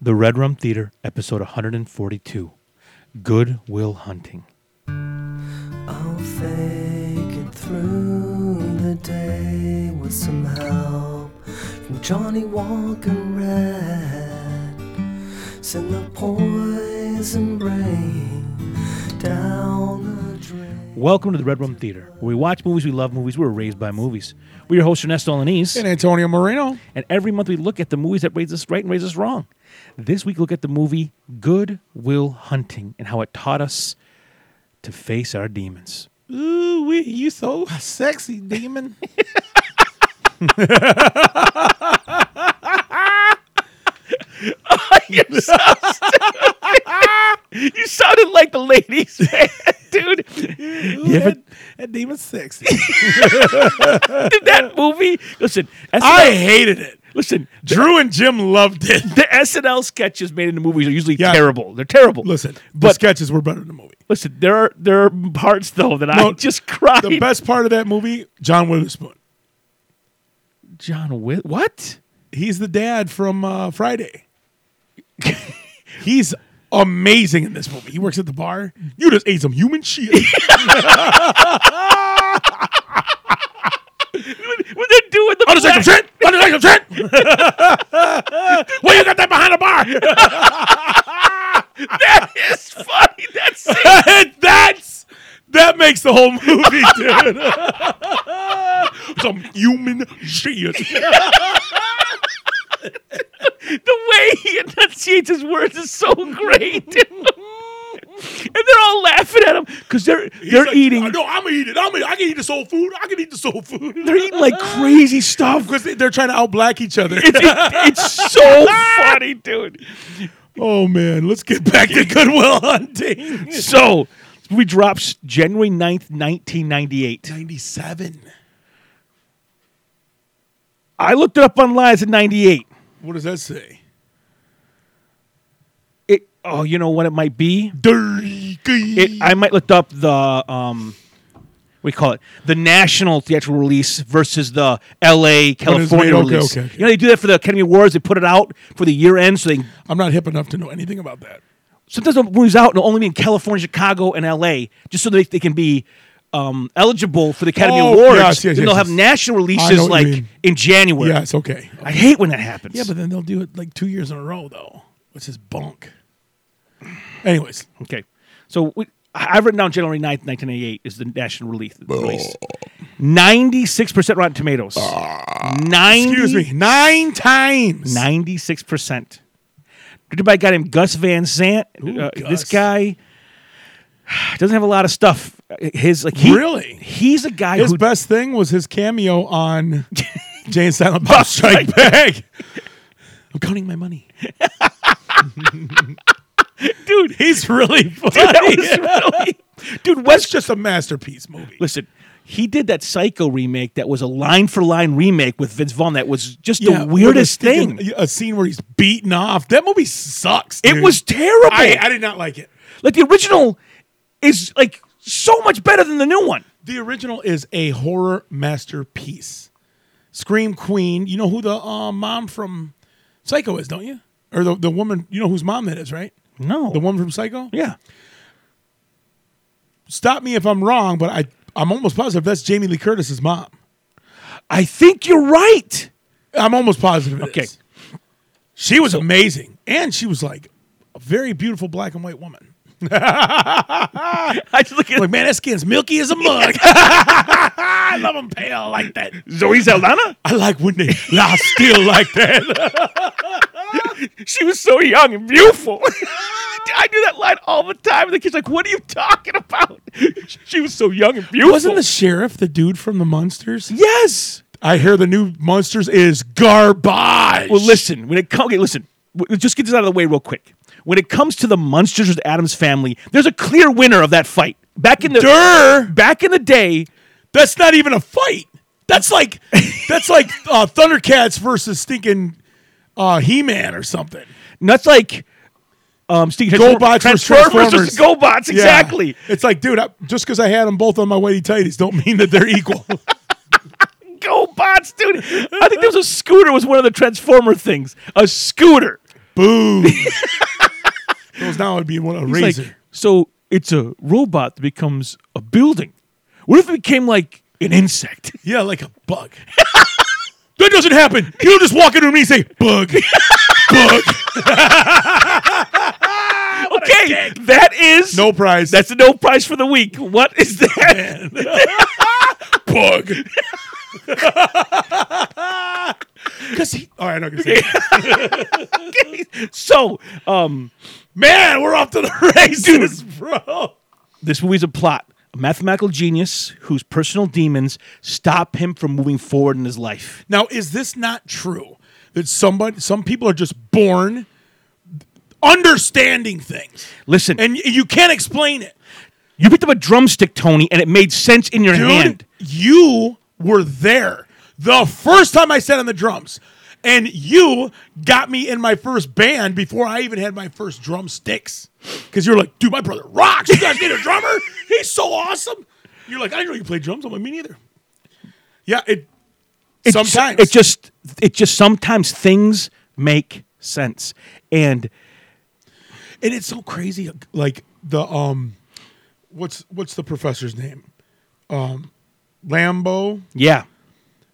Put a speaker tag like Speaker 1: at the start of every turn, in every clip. Speaker 1: The Red Rum Theater, episode 142 Good Will Hunting.
Speaker 2: I'll fake it through the day with some help from Johnny Walker Red. Send the poison rain down the drain.
Speaker 1: Welcome to the Red Rum Theater, where we watch movies, we love movies, we were raised by movies. We're your host, Ernesto Alanese,
Speaker 3: And Antonio Moreno.
Speaker 1: and every month we look at the movies that raise us right and raise us wrong. This week, look at the movie Good Will Hunting and how it taught us to face our demons.
Speaker 3: Ooh, wee, you so sexy, demon.
Speaker 1: You sounded like the ladies, dude.
Speaker 3: Ooh,
Speaker 1: You ever-
Speaker 3: that, that demon's sexy.
Speaker 1: That movie, listen, SNL,
Speaker 3: I hated it.
Speaker 1: listen,
Speaker 3: Drew and Jim loved it.
Speaker 1: the SNL sketches made into movies are usually
Speaker 3: Yeah.
Speaker 1: terrible. They're terrible.
Speaker 3: Listen, the
Speaker 1: But-
Speaker 3: sketches were better than the movie.
Speaker 1: Listen, there are there are parts though that I
Speaker 3: No,
Speaker 1: just cried.
Speaker 3: The best part of that movie, John Witherspoon.
Speaker 1: John Witt. What?
Speaker 3: He's the dad from uh, Friday. He's amazing in this movie. He works at the bar. You just ate some human shit.
Speaker 1: What they doing? The
Speaker 3: I'll
Speaker 1: black-
Speaker 3: just take some shit. I'll just take some shit. Where you got that behind the bar?
Speaker 1: That is funny. That's
Speaker 3: That's that makes the whole movie, dude. Some human shit.
Speaker 1: the way he enunciates his words is so great. and they're all laughing at him because they're they're eating.
Speaker 3: No, I'm gonna eat it. I'm gonna, I can eat the soul food. I can eat the soul food.
Speaker 1: they're eating like crazy stuff.
Speaker 3: because they're trying to outblack each other.
Speaker 1: It's, it- it's so
Speaker 3: Ah!
Speaker 1: funny, dude.
Speaker 3: oh man, let's get back to Goodwill Hunting.
Speaker 1: So we drops January 9th, 1998.
Speaker 3: Ninety-seven.
Speaker 1: I looked it up online. It's in 98.
Speaker 3: What does that say?
Speaker 1: It, oh, you know what it might be?
Speaker 3: It,
Speaker 1: It, I might look up the um, we call it the national theatrical release versus the
Speaker 3: Oh,
Speaker 1: L.A. California
Speaker 3: okay,
Speaker 1: release.
Speaker 3: okay, okay.
Speaker 1: You know they do that for the Academy Awards. They put it out for the year end, so they
Speaker 3: I'm not hip enough to know anything about that.
Speaker 1: sometimes the movie's out and it'll only be in California, Chicago, and L.A. just so they, they can be um, eligible for the Academy
Speaker 3: Oh,
Speaker 1: Awards.
Speaker 3: yes, yes,
Speaker 1: then they'll
Speaker 3: yes,
Speaker 1: have
Speaker 3: yes.
Speaker 1: national
Speaker 3: I know
Speaker 1: releases
Speaker 3: what you
Speaker 1: like
Speaker 3: mean.
Speaker 1: in January.
Speaker 3: Yes, okay.
Speaker 1: I hate when that happens.
Speaker 3: Yeah, but then they'll do it like two years in a row, though, which is bunk. Anyways,
Speaker 1: Okay. So we, I- I've written down January 9th, 1988 is the national release. release. 96% Rotten Tomatoes. 90,
Speaker 3: Ah, excuse me, nine times.
Speaker 1: 96%. Directed by a guy named Gus Van Sant.
Speaker 3: Ooh,
Speaker 1: Uh, This
Speaker 3: Gus.
Speaker 1: guy doesn't have a lot of stuff. His like he,
Speaker 3: Really?
Speaker 1: He's a guy
Speaker 3: His
Speaker 1: who
Speaker 3: best thing was his cameo on Jay and Silent Bob Strike Back. I'm counting my money.
Speaker 1: dude,
Speaker 3: He's really
Speaker 1: that
Speaker 3: funny.
Speaker 1: was really, dude, Wes
Speaker 3: That's just a masterpiece movie.
Speaker 1: Listen, he did that Psycho remake that was a line for line remake with Vince Vaughn. That was just the
Speaker 3: Yeah, with a
Speaker 1: weirdest
Speaker 3: stinking-
Speaker 1: thing.
Speaker 3: A scene where he's beaten off. That movie sucks.
Speaker 1: It
Speaker 3: dude.
Speaker 1: was terrible.
Speaker 3: I, I did not like it.
Speaker 1: Like the original is like so much better than the new one.
Speaker 3: The original is a horror masterpiece. Scream Queen. You know who the uh, mom from Psycho is, don't you? Or the, the woman, you know whose mom that is, right?
Speaker 1: No.
Speaker 3: The woman from Psycho?
Speaker 1: Yeah.
Speaker 3: Stop me if I'm wrong, but I, I'm almost positive that's Jamie Lee Curtis's mom.
Speaker 1: I think you're right.
Speaker 3: I'm almost positive. it
Speaker 1: Okay.
Speaker 3: is. She was amazing. And she was like a very beautiful black and white woman.
Speaker 1: I just look at
Speaker 3: Like, man, that skin's milky as a mug. I love them pale like that.
Speaker 1: Zoe Saldana.
Speaker 3: I like when they lie still like that.
Speaker 1: She was so young and beautiful. I do that line all the time. And the kid's like, what are you talking about? She was so young and beautiful.
Speaker 3: Wasn't the sheriff the dude from the Monsters?
Speaker 1: Yes.
Speaker 3: I hear the new Monsters is garbage.
Speaker 1: Well, listen, when it comes, okay, listen, w- just get this out of the way real quick. When it comes to the Munsters with Adams family, there's a clear winner of that fight. Back in the
Speaker 3: Durr.
Speaker 1: back in the day,
Speaker 3: That's not even a fight. That's like that's like uh, Thundercats versus stinking uh, He-Man or something.
Speaker 1: And that's like um Steve
Speaker 3: Gobots versus
Speaker 1: Transformers
Speaker 3: Transformers.
Speaker 1: versus GoBots,
Speaker 3: Yeah.
Speaker 1: exactly.
Speaker 3: It's like, dude, I, just because I had them both on my whitey tighties don't mean that they're equal.
Speaker 1: GoBots, dude. I think there was a scooter was one of the Transformer things. A scooter.
Speaker 3: Boom. Those now would be one a
Speaker 1: It's
Speaker 3: razor.
Speaker 1: Like, so it's a robot that becomes a building. What if it became like an insect?
Speaker 3: yeah, like a bug. that doesn't happen. You just walk into me and say bug, bug.
Speaker 1: okay, that is
Speaker 3: No prize.
Speaker 1: That's the no prize for the week. What is that?
Speaker 3: bug. Cause he, all right, I'm not gonna say. it.
Speaker 1: so, um,
Speaker 3: Man, we're off to the races, bro.
Speaker 1: this movie's a plot. A mathematical genius whose personal demons stop him from moving forward in his life.
Speaker 3: Now, is this not true that somebody, some people are just born understanding things,
Speaker 1: Listen,
Speaker 3: and y- you can't explain it,
Speaker 1: you picked up a drumstick, Tony, and it made sense in your
Speaker 3: dude?
Speaker 1: hand.
Speaker 3: You were there the first time I sat on the drums, and you got me in my first band before I even had my first drumsticks. Because you're like, dude, my brother rocks. You guys need a drummer? He's so awesome. You're like, I didn't know you play drums. I'm like, me neither. Yeah, it.
Speaker 1: It ju-
Speaker 3: sometimes
Speaker 1: it just it just sometimes things make sense, and
Speaker 3: and it's so crazy like the um what's what's the professor's name um lambo
Speaker 1: yeah,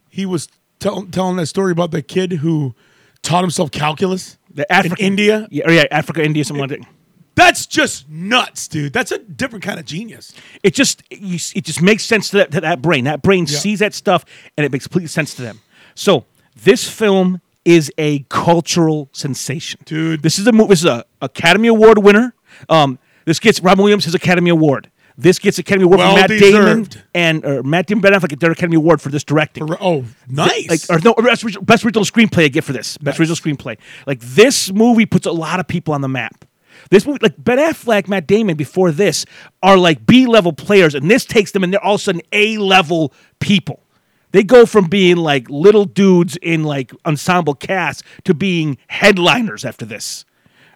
Speaker 3: he was tell, telling that story about the kid who taught himself calculus
Speaker 1: the Africa,
Speaker 3: India?
Speaker 1: yeah, or yeah, Africa, India, something like that.
Speaker 3: that's just nuts dude that's a different kind of genius
Speaker 1: It just you, s- it just makes sense to that, to that brain. That brain sees that stuff and it makes complete sense to them. So this film is a cultural sensation,
Speaker 3: Dude.
Speaker 1: This is a movie. This is a Academy Award winner. Um, this gets Robin Williams his Academy Award. This gets Academy Award
Speaker 3: Well
Speaker 1: from Matt
Speaker 3: deserved.
Speaker 1: Damon and or Matt Damon Ben Affleck their Academy Award for this directing.
Speaker 3: oh nice
Speaker 1: Like or no or best, original- best original screenplay I get for this best original screenplay. Like this movie puts a lot of people on the map. This movie, like Ben Affleck, Matt Damon, before this are like B level players, and this takes them, and they're all of a sudden A level people. They go from being like little dudes in like ensemble casts to being headliners after this.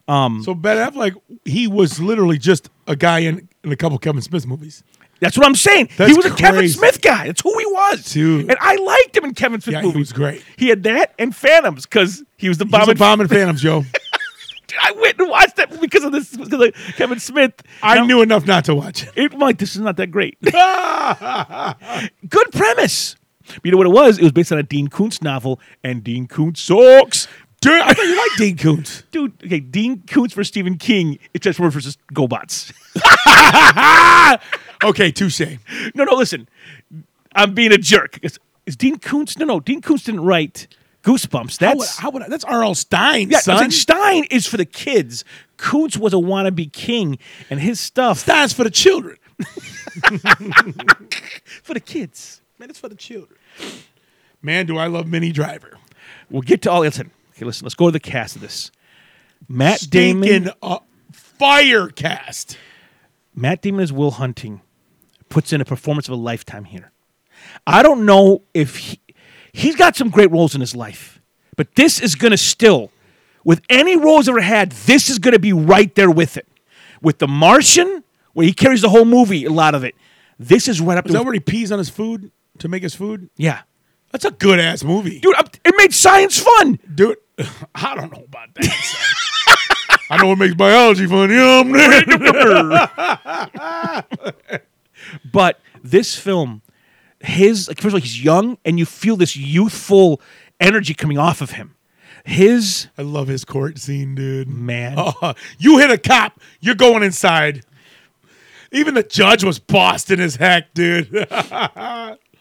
Speaker 3: so ben affleck he was literally just a guy in, in a couple kevin smith movies
Speaker 1: That's what I'm saying.
Speaker 3: That's
Speaker 1: he was a Kevin
Speaker 3: crazy.
Speaker 1: Smith guy. That's who he was,
Speaker 3: Dude.
Speaker 1: And I liked him in Kevin Smith
Speaker 3: Yeah, he
Speaker 1: movies.
Speaker 3: was great.
Speaker 1: He had that and Phantoms because he was the bomb.
Speaker 3: Bomb was a
Speaker 1: and-
Speaker 3: bomb and phantoms joe
Speaker 1: I went and watched that because of this because of Kevin Smith.
Speaker 3: i knew enough not to watch it
Speaker 1: It, I'm like, this is not that great. Good premise. But you know what it was? It was based on a Dean Koontz novel, and Dean Koontz sucks.
Speaker 3: dude i thought you liked dean koontz
Speaker 1: Dude, okay, Dean Koontz for Stephen King, it's Transformers versus GoBots.
Speaker 3: okay touche
Speaker 1: no, no, listen. I'm being a jerk. Is, is Dean Koontz? No, no, Dean Koontz didn't write Goosebumps.
Speaker 3: How would,
Speaker 1: That's
Speaker 3: how would I, that's R.L. Stein,
Speaker 1: yeah, I was
Speaker 3: son.
Speaker 1: like, Stein is for the kids. Koontz was a wannabe king, and his stuff
Speaker 3: Stein's for the children.
Speaker 1: for the kids.
Speaker 3: Man, it's for the children. Man, do I love Mini Driver.
Speaker 1: We'll get to all. Listen, okay, listen. Let's go to the cast of this. Matt
Speaker 3: Stinking
Speaker 1: Damon.
Speaker 3: uh, fire cast.
Speaker 1: Matt Damon as Will Hunting puts in a performance of a lifetime here. I don't know if he, he's got some great roles in his life, but this is going to still, with any roles ever had, this is going to be right there with it. With The Martian, where he carries the whole movie, a lot of it. This is right up
Speaker 3: Is
Speaker 1: there.
Speaker 3: that
Speaker 1: with-
Speaker 3: where he pees on his food to make his food?
Speaker 1: yeah,
Speaker 3: That's a good ass movie.
Speaker 1: dude, up- it made science fun.
Speaker 3: Dude, I don't know about that. son. I know it makes biology fun. You know what I'm saying?
Speaker 1: But this film, his like, first of all, he's young, and you feel this youthful energy coming off of him. His
Speaker 3: I love his court scene, dude.
Speaker 1: man,
Speaker 3: Uh, you hit a cop, you're going inside. Even the judge was Boston as heck, dude.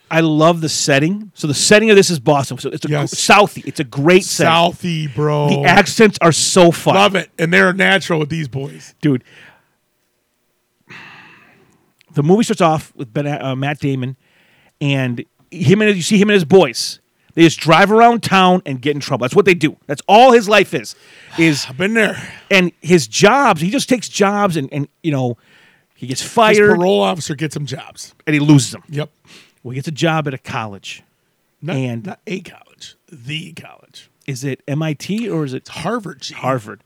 Speaker 1: I love the setting. So the setting of this is Boston. So it's a
Speaker 3: Yes.
Speaker 1: Southie. It's a great setting.
Speaker 3: Southie, bro.
Speaker 1: The accents are so fun,
Speaker 3: Love it. And they're natural with these boys.
Speaker 1: dude. The movie starts off with ben, uh, Matt Damon, and him and you see him and his boys. They just drive around town and get in trouble. That's what they do. That's all his life is. Is
Speaker 3: I've been there.
Speaker 1: and his jobs he just takes jobs and, and you know he gets
Speaker 3: His
Speaker 1: fired
Speaker 3: parole officer gets some jobs.
Speaker 1: and he loses them
Speaker 3: Yep.
Speaker 1: well he gets a job at a college
Speaker 3: Not,
Speaker 1: And-
Speaker 3: not a college, the college.
Speaker 1: is it mit or is it
Speaker 3: Harvard. G.
Speaker 1: harvard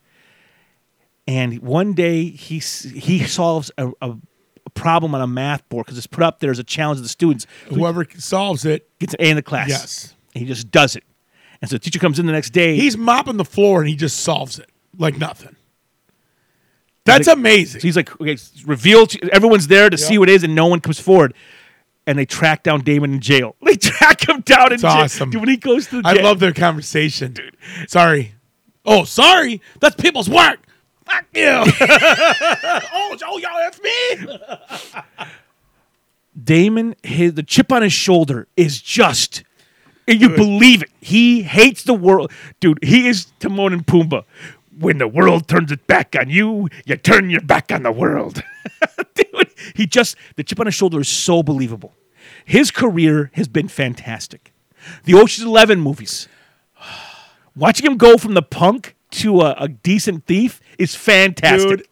Speaker 1: and one day he s- he solves a, a a problem on a math board because it's put up there as a challenge to the students so he
Speaker 3: Whoever solves it,
Speaker 1: gets an a in the class
Speaker 3: Yes.
Speaker 1: and he just does it and so the teacher comes in the next day
Speaker 3: he's mopping the floor and he just solves it. like nothing. That's amazing.
Speaker 1: So he's like, okay, it's revealed. To, everyone's there to see what it is, and no one comes forward. And they track down Damon in jail. They track him down in jail.
Speaker 3: awesome.
Speaker 1: Dude, when he goes to the
Speaker 3: I
Speaker 1: jail-
Speaker 3: love their conversation, dude. Sorry. Oh, sorry. That's people's work. Fuck you. oh, oh, y'all, that's me.
Speaker 1: Damon, his, the chip on his shoulder is just. and You believe it. He hates the world. Dude, he is Timon and Pumbaa. When the world turns its back on you, you turn your back on the world. Dude, he just, the chip on his shoulder is so believable. His career has been fantastic. The Ocean's Eleven movies, watching him go from the punk to a, a decent thief is fantastic.
Speaker 3: Dude,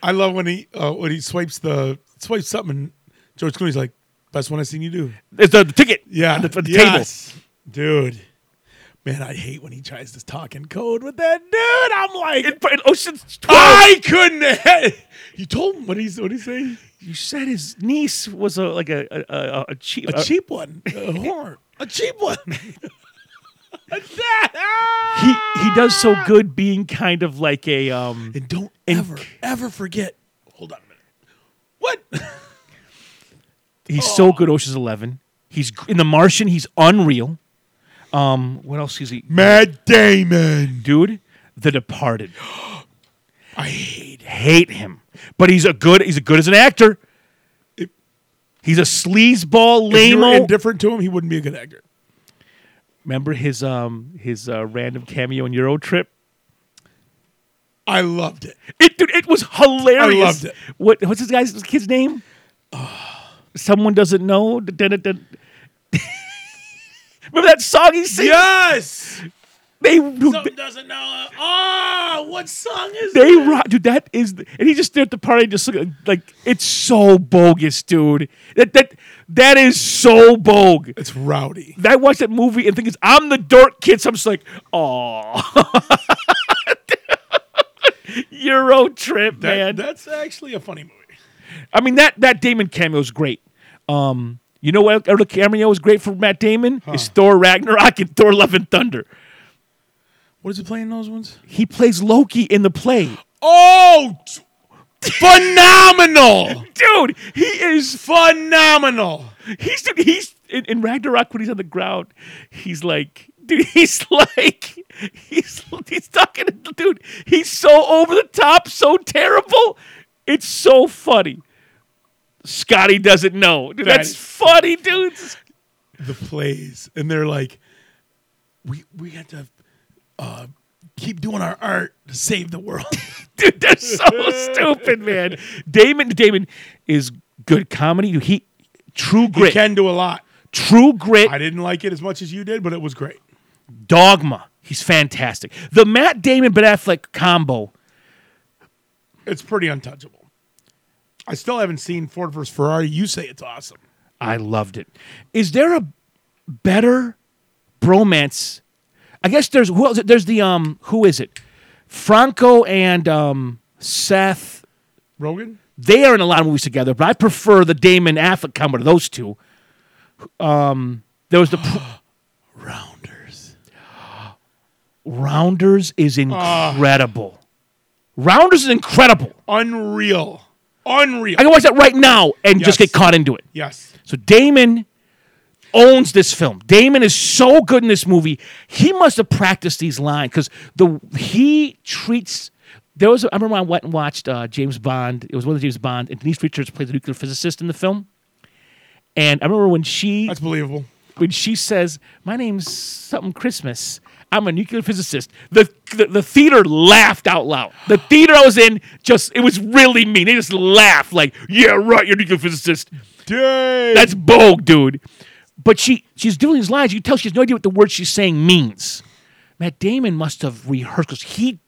Speaker 3: I love when he uh, when he swipes the swipes something. And George Clooney's like, "Best one I've seen you do."
Speaker 1: It's the, the ticket
Speaker 3: Yeah,
Speaker 1: on the, on the table.
Speaker 3: yes. dude. Man, I hate when he tries to talk in code with that dude. I'm like,
Speaker 1: In, in Ocean's 12.
Speaker 3: I couldn't. ha- You told him what he's what he say?
Speaker 1: You said his niece was a like a a, a, a cheap.
Speaker 3: A cheap one, a whore, a cheap one. ah!
Speaker 1: he he does so good being kind of like a um.
Speaker 3: And don't ever, ever forget. Hold on a minute. What?
Speaker 1: He's so good. Ocean's Eleven. He's gr- in The Martian. He's unreal. Um, what else is he,
Speaker 3: Matt Damon.
Speaker 1: dude? The Departed.
Speaker 3: I hate him.
Speaker 1: Hate him, but he's a good. He's a good as an actor. He's a sleazeball
Speaker 3: If you were
Speaker 1: lame.
Speaker 3: indifferent to him, he wouldn't be a good actor.
Speaker 1: Remember his um his uh, random cameo in Euro Trip.
Speaker 3: I loved it.
Speaker 1: It dude, it was hilarious.
Speaker 3: loved it.
Speaker 1: What what's this guy's his kid's name? Someone doesn't know. Dun, dun, dun. Remember that song he sings?
Speaker 3: Yes.
Speaker 1: They dude,
Speaker 3: Something doesn't know. Ah, what song is
Speaker 1: they
Speaker 3: that?
Speaker 1: rock, dude. That is, the- and he just stood at the party, just look, like it's so bogus, dude. That that that is so bogue.
Speaker 3: It's rowdy.
Speaker 1: I watched that movie and thinking I'm the dork kid, so I'm just like, oh, Euro trip,
Speaker 3: That-
Speaker 1: man.
Speaker 3: that's actually a funny movie.
Speaker 1: I mean that that Damon cameo is great. Um, you know what other cameo is great for Matt Damon is Thor Ragnarok and Thor Love and Thunder.
Speaker 3: What is he playing in those ones?
Speaker 1: He plays Loki in the play,
Speaker 3: Oh, t- phenomenal!
Speaker 1: dude. He is
Speaker 3: phenomenal.
Speaker 1: he's dude, he's in, in Ragnarok when he's on the ground. He's like. Dude, he's like, he's he's talking. to- Dude, he's so over the top, so terrible. It's so funny. Scotty doesn't know. Dude,
Speaker 3: That
Speaker 1: that's
Speaker 3: is-
Speaker 1: funny, dude.
Speaker 3: The plays, and they're like, we we have to uh, keep doing our art to save the world.
Speaker 1: Dude, they're so stupid, man. Damon Damon is good comedy. He true
Speaker 3: We
Speaker 1: grit,
Speaker 3: can do a lot.
Speaker 1: true grit,
Speaker 3: I didn't like it as much as you did, but it was great.
Speaker 1: dogma. He's fantastic. The Matt Damon Ben Affleck combo.
Speaker 3: It's pretty untouchable. I still haven't seen Ford versus Ferrari. You say it's awesome.
Speaker 1: I loved it. Is there a better bromance? I guess there's who else? There's the um who is it? Franco and um Seth.
Speaker 3: Rogan,
Speaker 1: They are in a lot of movies together, but I prefer the Damon Affleck combo to those two. Um, there was the. pr-
Speaker 3: Rounders.
Speaker 1: Rounders is incredible. Rounders is incredible.
Speaker 3: Unreal, unreal.
Speaker 1: I can watch that right now and just
Speaker 3: Yes.
Speaker 1: get caught into it.
Speaker 3: yes,
Speaker 1: So Damon owns this film. Damon is so good in this movie. He must have practiced these lines because the he treats. There was I remember I went and watched uh, James Bond. It was one of the James Bond and Denise Richards played the nuclear physicist in the film. And I remember when she
Speaker 3: that's believable.
Speaker 1: when she says, "My name's something Christmas. I'm a nuclear physicist." The, the the theater laughed out loud. The theater I was in just it was really mean. They just laughed like, "Yeah, right, you're a nuclear physicist."
Speaker 3: Dang.
Speaker 1: That's bogue, dude. But she she's doing these lines. You can tell she has no idea what the word she's saying means. Matt Damon must have rehearsed 'cause he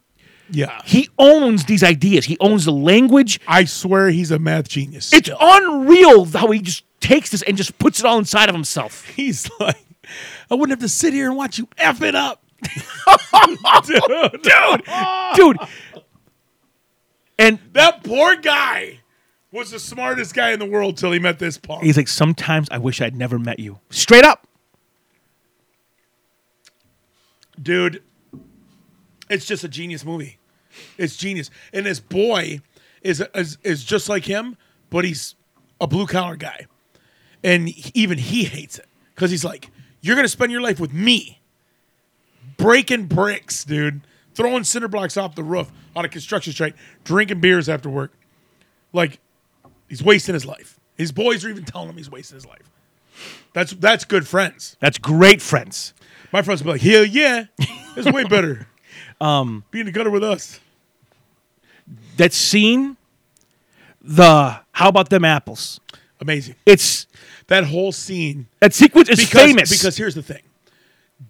Speaker 3: yeah.
Speaker 1: he owns these ideas. He owns the language.
Speaker 3: I swear he's a math genius.
Speaker 1: It's unreal how he just takes this and just puts it all inside of himself.
Speaker 3: he's like, I wouldn't have to sit here and watch you f it up.
Speaker 1: dude, dude. And
Speaker 3: That poor guy was the smartest guy in the world till he met this punk.
Speaker 1: he's like, sometimes I wish I'd never met you. Straight up.
Speaker 3: Dude, it's just a genius movie. It's genius. And this boy is is, is just like him, but he's a blue collar guy, and he- even he hates it because he's like, "You're gonna spend your life with me, breaking bricks, dude, throwing cinder blocks off the roof on a construction site, drinking beers after work, like he's wasting his life. His boys are even telling him he's wasting his life." That's that's good friends.
Speaker 1: That's great friends.
Speaker 3: My friends would be like, hell yeah, it's way better. um, Being together with us.
Speaker 1: That scene, the how about them apples?
Speaker 3: Amazing.
Speaker 1: It's
Speaker 3: That whole scene.
Speaker 1: that sequence is
Speaker 3: Because,
Speaker 1: famous
Speaker 3: Because here's the thing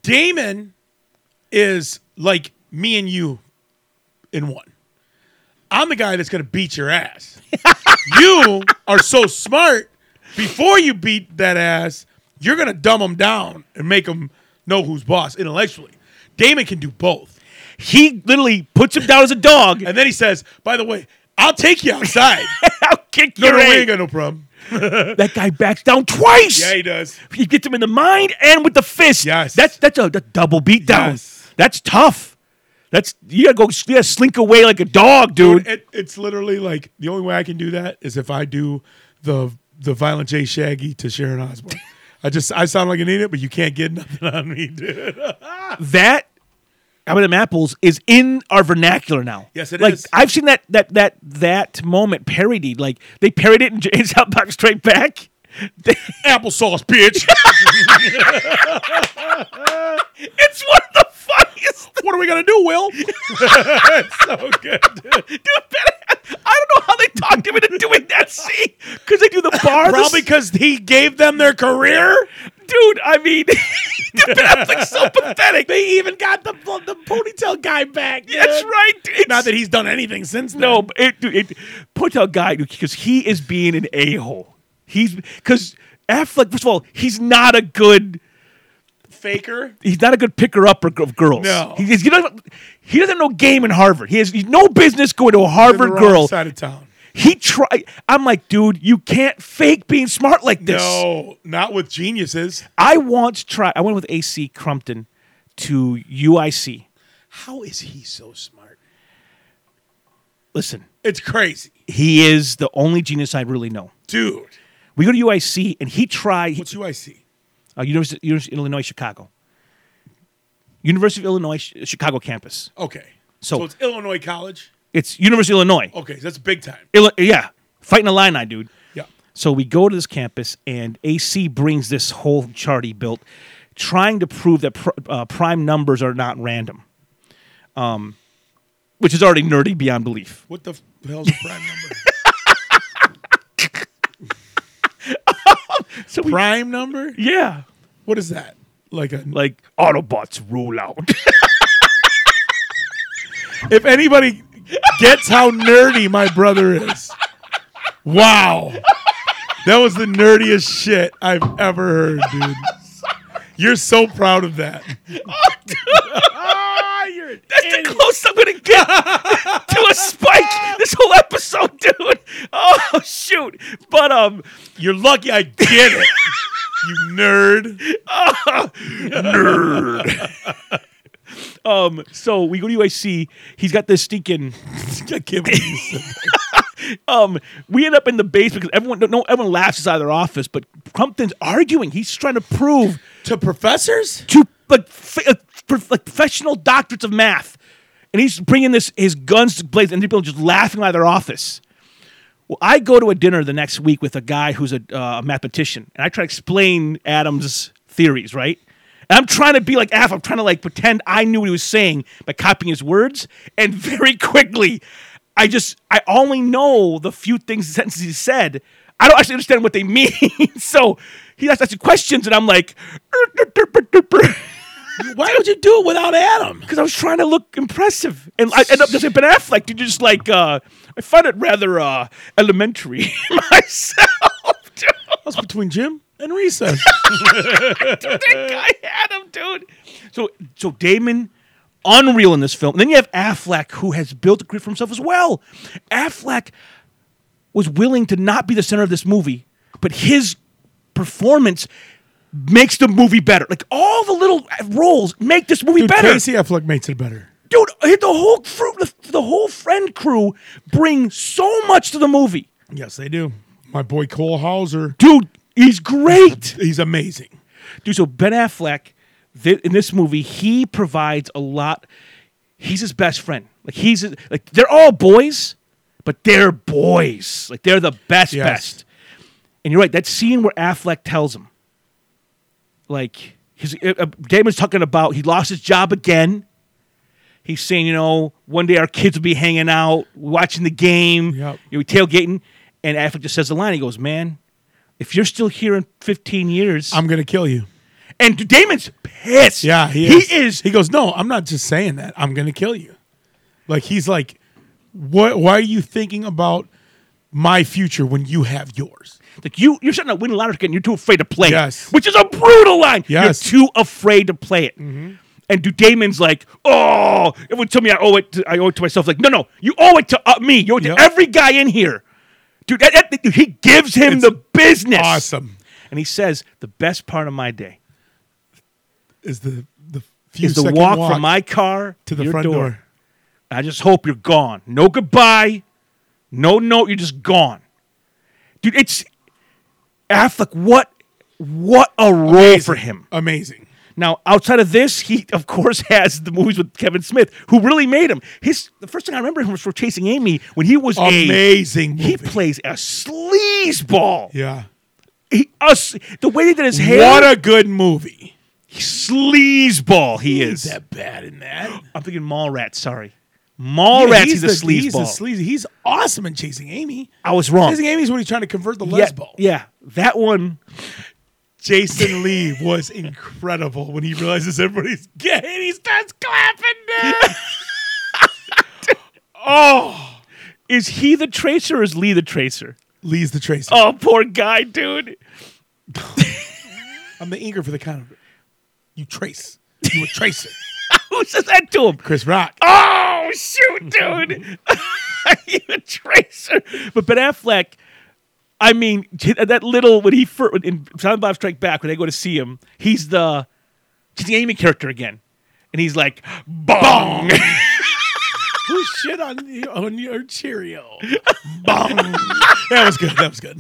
Speaker 3: Damon is like me and you in one. I'm the guy that's going to beat your ass. you are so smart. Before you beat that ass, you're going to dumb them down and make them know who's boss intellectually. Damon can do both.
Speaker 1: he literally puts him down as a dog.
Speaker 3: And then he says, by the way, I'll take you outside.
Speaker 1: I'll kick
Speaker 3: no,
Speaker 1: your
Speaker 3: no, we ain't
Speaker 1: ass.
Speaker 3: got no problem.
Speaker 1: That guy backs down twice.
Speaker 3: Yeah, he does.
Speaker 1: He gets him in the mind and with the fist.
Speaker 3: Yes.
Speaker 1: That's that's a, that's double beat down.
Speaker 3: Yes.
Speaker 1: That's tough. That's you gotta go you gotta slink away like a dog, dude.
Speaker 3: It, it's literally like the only way I can do that is if I do the the violent J Shaggy to Sharon Osbourne. I just I sound like an idiot, but you can't get nothing on me, dude.
Speaker 1: that how about them apples is in our vernacular now.
Speaker 3: Yes, it
Speaker 1: it like,
Speaker 3: is.
Speaker 1: I've seen that that that that moment parodied. Like they parodied it in James Outback Straight Back. They-
Speaker 3: Applesauce, bitch.
Speaker 1: it's one of the funniest.
Speaker 3: what are we gonna do, Will? It's so good.
Speaker 1: Dude, Ben, I don't know how they talked him into doing that scene because they do the bar. the
Speaker 3: Probably because he gave them their career.
Speaker 1: dude. I mean, Ben Affleck's so pathetic.
Speaker 3: They even got the the ponytail guy back.
Speaker 1: That's
Speaker 3: dude.
Speaker 1: right. It's,
Speaker 3: Not that he's done anything since. then.
Speaker 1: No, but it, dude, it put out guy because he is being an a hole. He's because Affleck. First of all, he's not a good.
Speaker 3: faker.
Speaker 1: He's not a good picker up of girls.
Speaker 3: No.
Speaker 1: he, he's- he doesn't. He doesn't know game in Harvard. He has he's no business going to a Harvard
Speaker 3: The wrong
Speaker 1: girl.
Speaker 3: side of town.
Speaker 1: He try. I'm like, dude, you can't fake being smart like this.
Speaker 3: No, not with geniuses.
Speaker 1: I once tried. I went with AC Crumpton to UIC.
Speaker 3: How is he so smart?
Speaker 1: Listen,
Speaker 3: It's crazy,
Speaker 1: he is the only genius I really know.
Speaker 3: dude.
Speaker 1: We go to UIC, and he tried.
Speaker 3: What's UIC?
Speaker 1: uh, University, University of Illinois Chicago, University of Illinois Ch- Chicago campus.
Speaker 3: Okay,
Speaker 1: So-
Speaker 3: it's Illinois College.
Speaker 1: It's University of Illinois.
Speaker 3: Okay, that's big time.
Speaker 1: Illi- yeah, fighting Illini, dude.
Speaker 3: Yeah,
Speaker 1: So we go to this campus, and AC brings this whole chart he built, trying to prove that pr- uh, prime numbers are not random, um, which is already nerdy beyond belief.
Speaker 3: what the f- hell's a prime number?
Speaker 1: So we,
Speaker 3: prime number?
Speaker 1: yeah,
Speaker 3: What is that? Like a
Speaker 1: like Autobots rule out.
Speaker 3: if anybody gets how nerdy my brother is, wow, that was the nerdiest shit I've ever heard, dude. You're so proud of that.
Speaker 1: That's the closest I'm gonna get to a spike this whole episode, dude. Oh shoot! But um,
Speaker 3: You're lucky I get it. You nerd.
Speaker 1: um, so we go to UIC. He's got this stinking.
Speaker 3: I can't believe you said that.
Speaker 1: Um, we end up in the basement because everyone no everyone laughs us out of their office. But Crumpton's arguing. He's trying to prove
Speaker 3: To professors?
Speaker 1: to like, f- uh, prof- like professional doctorates of math, and he's bringing this his guns to blaze, and people are just laughing out of their office. Well, I go to a dinner the next week with a guy who's a uh, mathematician, and I try to explain Adam's theories, right? And I'm trying to be like Af. I'm trying to like pretend I knew what he was saying by copying his words, and very quickly, I just I only know the few things sentences he said. I don't actually understand what they mean. so he asks asking questions, and I'm like,
Speaker 3: Why would you do it without Adam?
Speaker 1: because I was trying to look impressive, and I end up just like Ben Affleck. You just like uh, I find it rather uh, elementary myself. Dude,
Speaker 3: That's between Jim and recess.
Speaker 1: that guy had him, dude. So so Damon, unreal in this film. And then you have Affleck, who has built a career for himself as well. Affleck was willing to not be the center of this movie, but his performance. Makes the movie better. Like all the little roles make this movie
Speaker 3: Dude,
Speaker 1: better.
Speaker 3: Casey Affleck makes it better.
Speaker 1: dude, the whole crew, the whole friend crew, bring so much to the movie.
Speaker 3: Yes, they do. My boy Cole Hauser,
Speaker 1: Dude, he's great.
Speaker 3: he's amazing.
Speaker 1: Dude, so Ben Affleck thi- in this movie, he provides a lot. He's his best friend. Like he's like they're all boys, but they're boys. Like they're the best
Speaker 3: Yes.
Speaker 1: best. And you're right. That scene where Affleck tells him, like his uh, uh, Damon's talking about he lost his job again. He's saying, you know, one day our kids will be hanging out, watching the game,
Speaker 3: Yep.
Speaker 1: you know, tailgating, and Affleck just says the line. He goes, "Man, if you're still here in 15 years,
Speaker 3: I'm gonna kill you.
Speaker 1: and Damon's pissed.
Speaker 3: Yeah, he
Speaker 1: he
Speaker 3: is.
Speaker 1: is.
Speaker 3: He goes, no, I'm not just saying that. I'm gonna kill you. Like he's like, what? Why are you thinking about my future when you have yours?
Speaker 1: like you, you're setting up winning lottery ticket and you're too afraid to play. it,
Speaker 3: Yes.
Speaker 1: which is a brutal line.
Speaker 3: Yes. Mm-hmm.
Speaker 1: you're too afraid to play it. And do Damon's like, oh, it would tell me I owe it. To, I owe it to myself. Like, no, no, you owe it to uh, me. You owe it
Speaker 3: Yep.
Speaker 1: to every guy in here, dude. that- that- he gives him
Speaker 3: It's
Speaker 1: the business.
Speaker 3: Awesome
Speaker 1: And he says, the best part of my day
Speaker 3: is the the few
Speaker 1: is the
Speaker 3: second
Speaker 1: walk, from my car
Speaker 3: to the
Speaker 1: your
Speaker 3: front door.
Speaker 1: I just hope you're gone. No goodbye. No note. You're just gone, dude. It's Affleck. What what a role for him.
Speaker 3: Amazing.
Speaker 1: Now, outside of this, he of course has the movies with Kevin Smith, who really made him. His the first thing I remember him was for Chasing Amy when he was a
Speaker 3: Amazing movie.
Speaker 1: he plays a sleazeball.
Speaker 3: yeah.
Speaker 1: He, us the way they did his hair,
Speaker 3: What a good movie.
Speaker 1: sleazeball he is.
Speaker 3: that bad in that?
Speaker 1: I'm thinking Mallrats. Sorry, Mallrats. he's, a
Speaker 3: he's the
Speaker 1: sleazeball.
Speaker 3: sleazy. He's awesome in Chasing Amy.
Speaker 1: I was wrong.
Speaker 3: Chasing Amy's when he's trying to convert the
Speaker 1: yeah,
Speaker 3: lesbo.
Speaker 1: yeah, that one.
Speaker 3: Jason Lee was incredible when he realizes everybody's gay and he starts clapping. Dude. oh,
Speaker 1: Is he the tracer or is Lee the tracer?
Speaker 3: Lee's the tracer.
Speaker 1: Oh, poor guy, dude.
Speaker 3: I'm the inker for the counter. You trace. You a tracer.
Speaker 1: Who says that to him?
Speaker 3: Chris Rock.
Speaker 1: Oh, shoot, dude. you a tracer. But Ben Affleck, I mean, that little, when he first, in Silent Bob Strike Back, when they go to see him, he's the, he's the Amy character again. And he's like, bong.
Speaker 3: Who shit on you- on your Cheerio? Bong. That was good. That was good.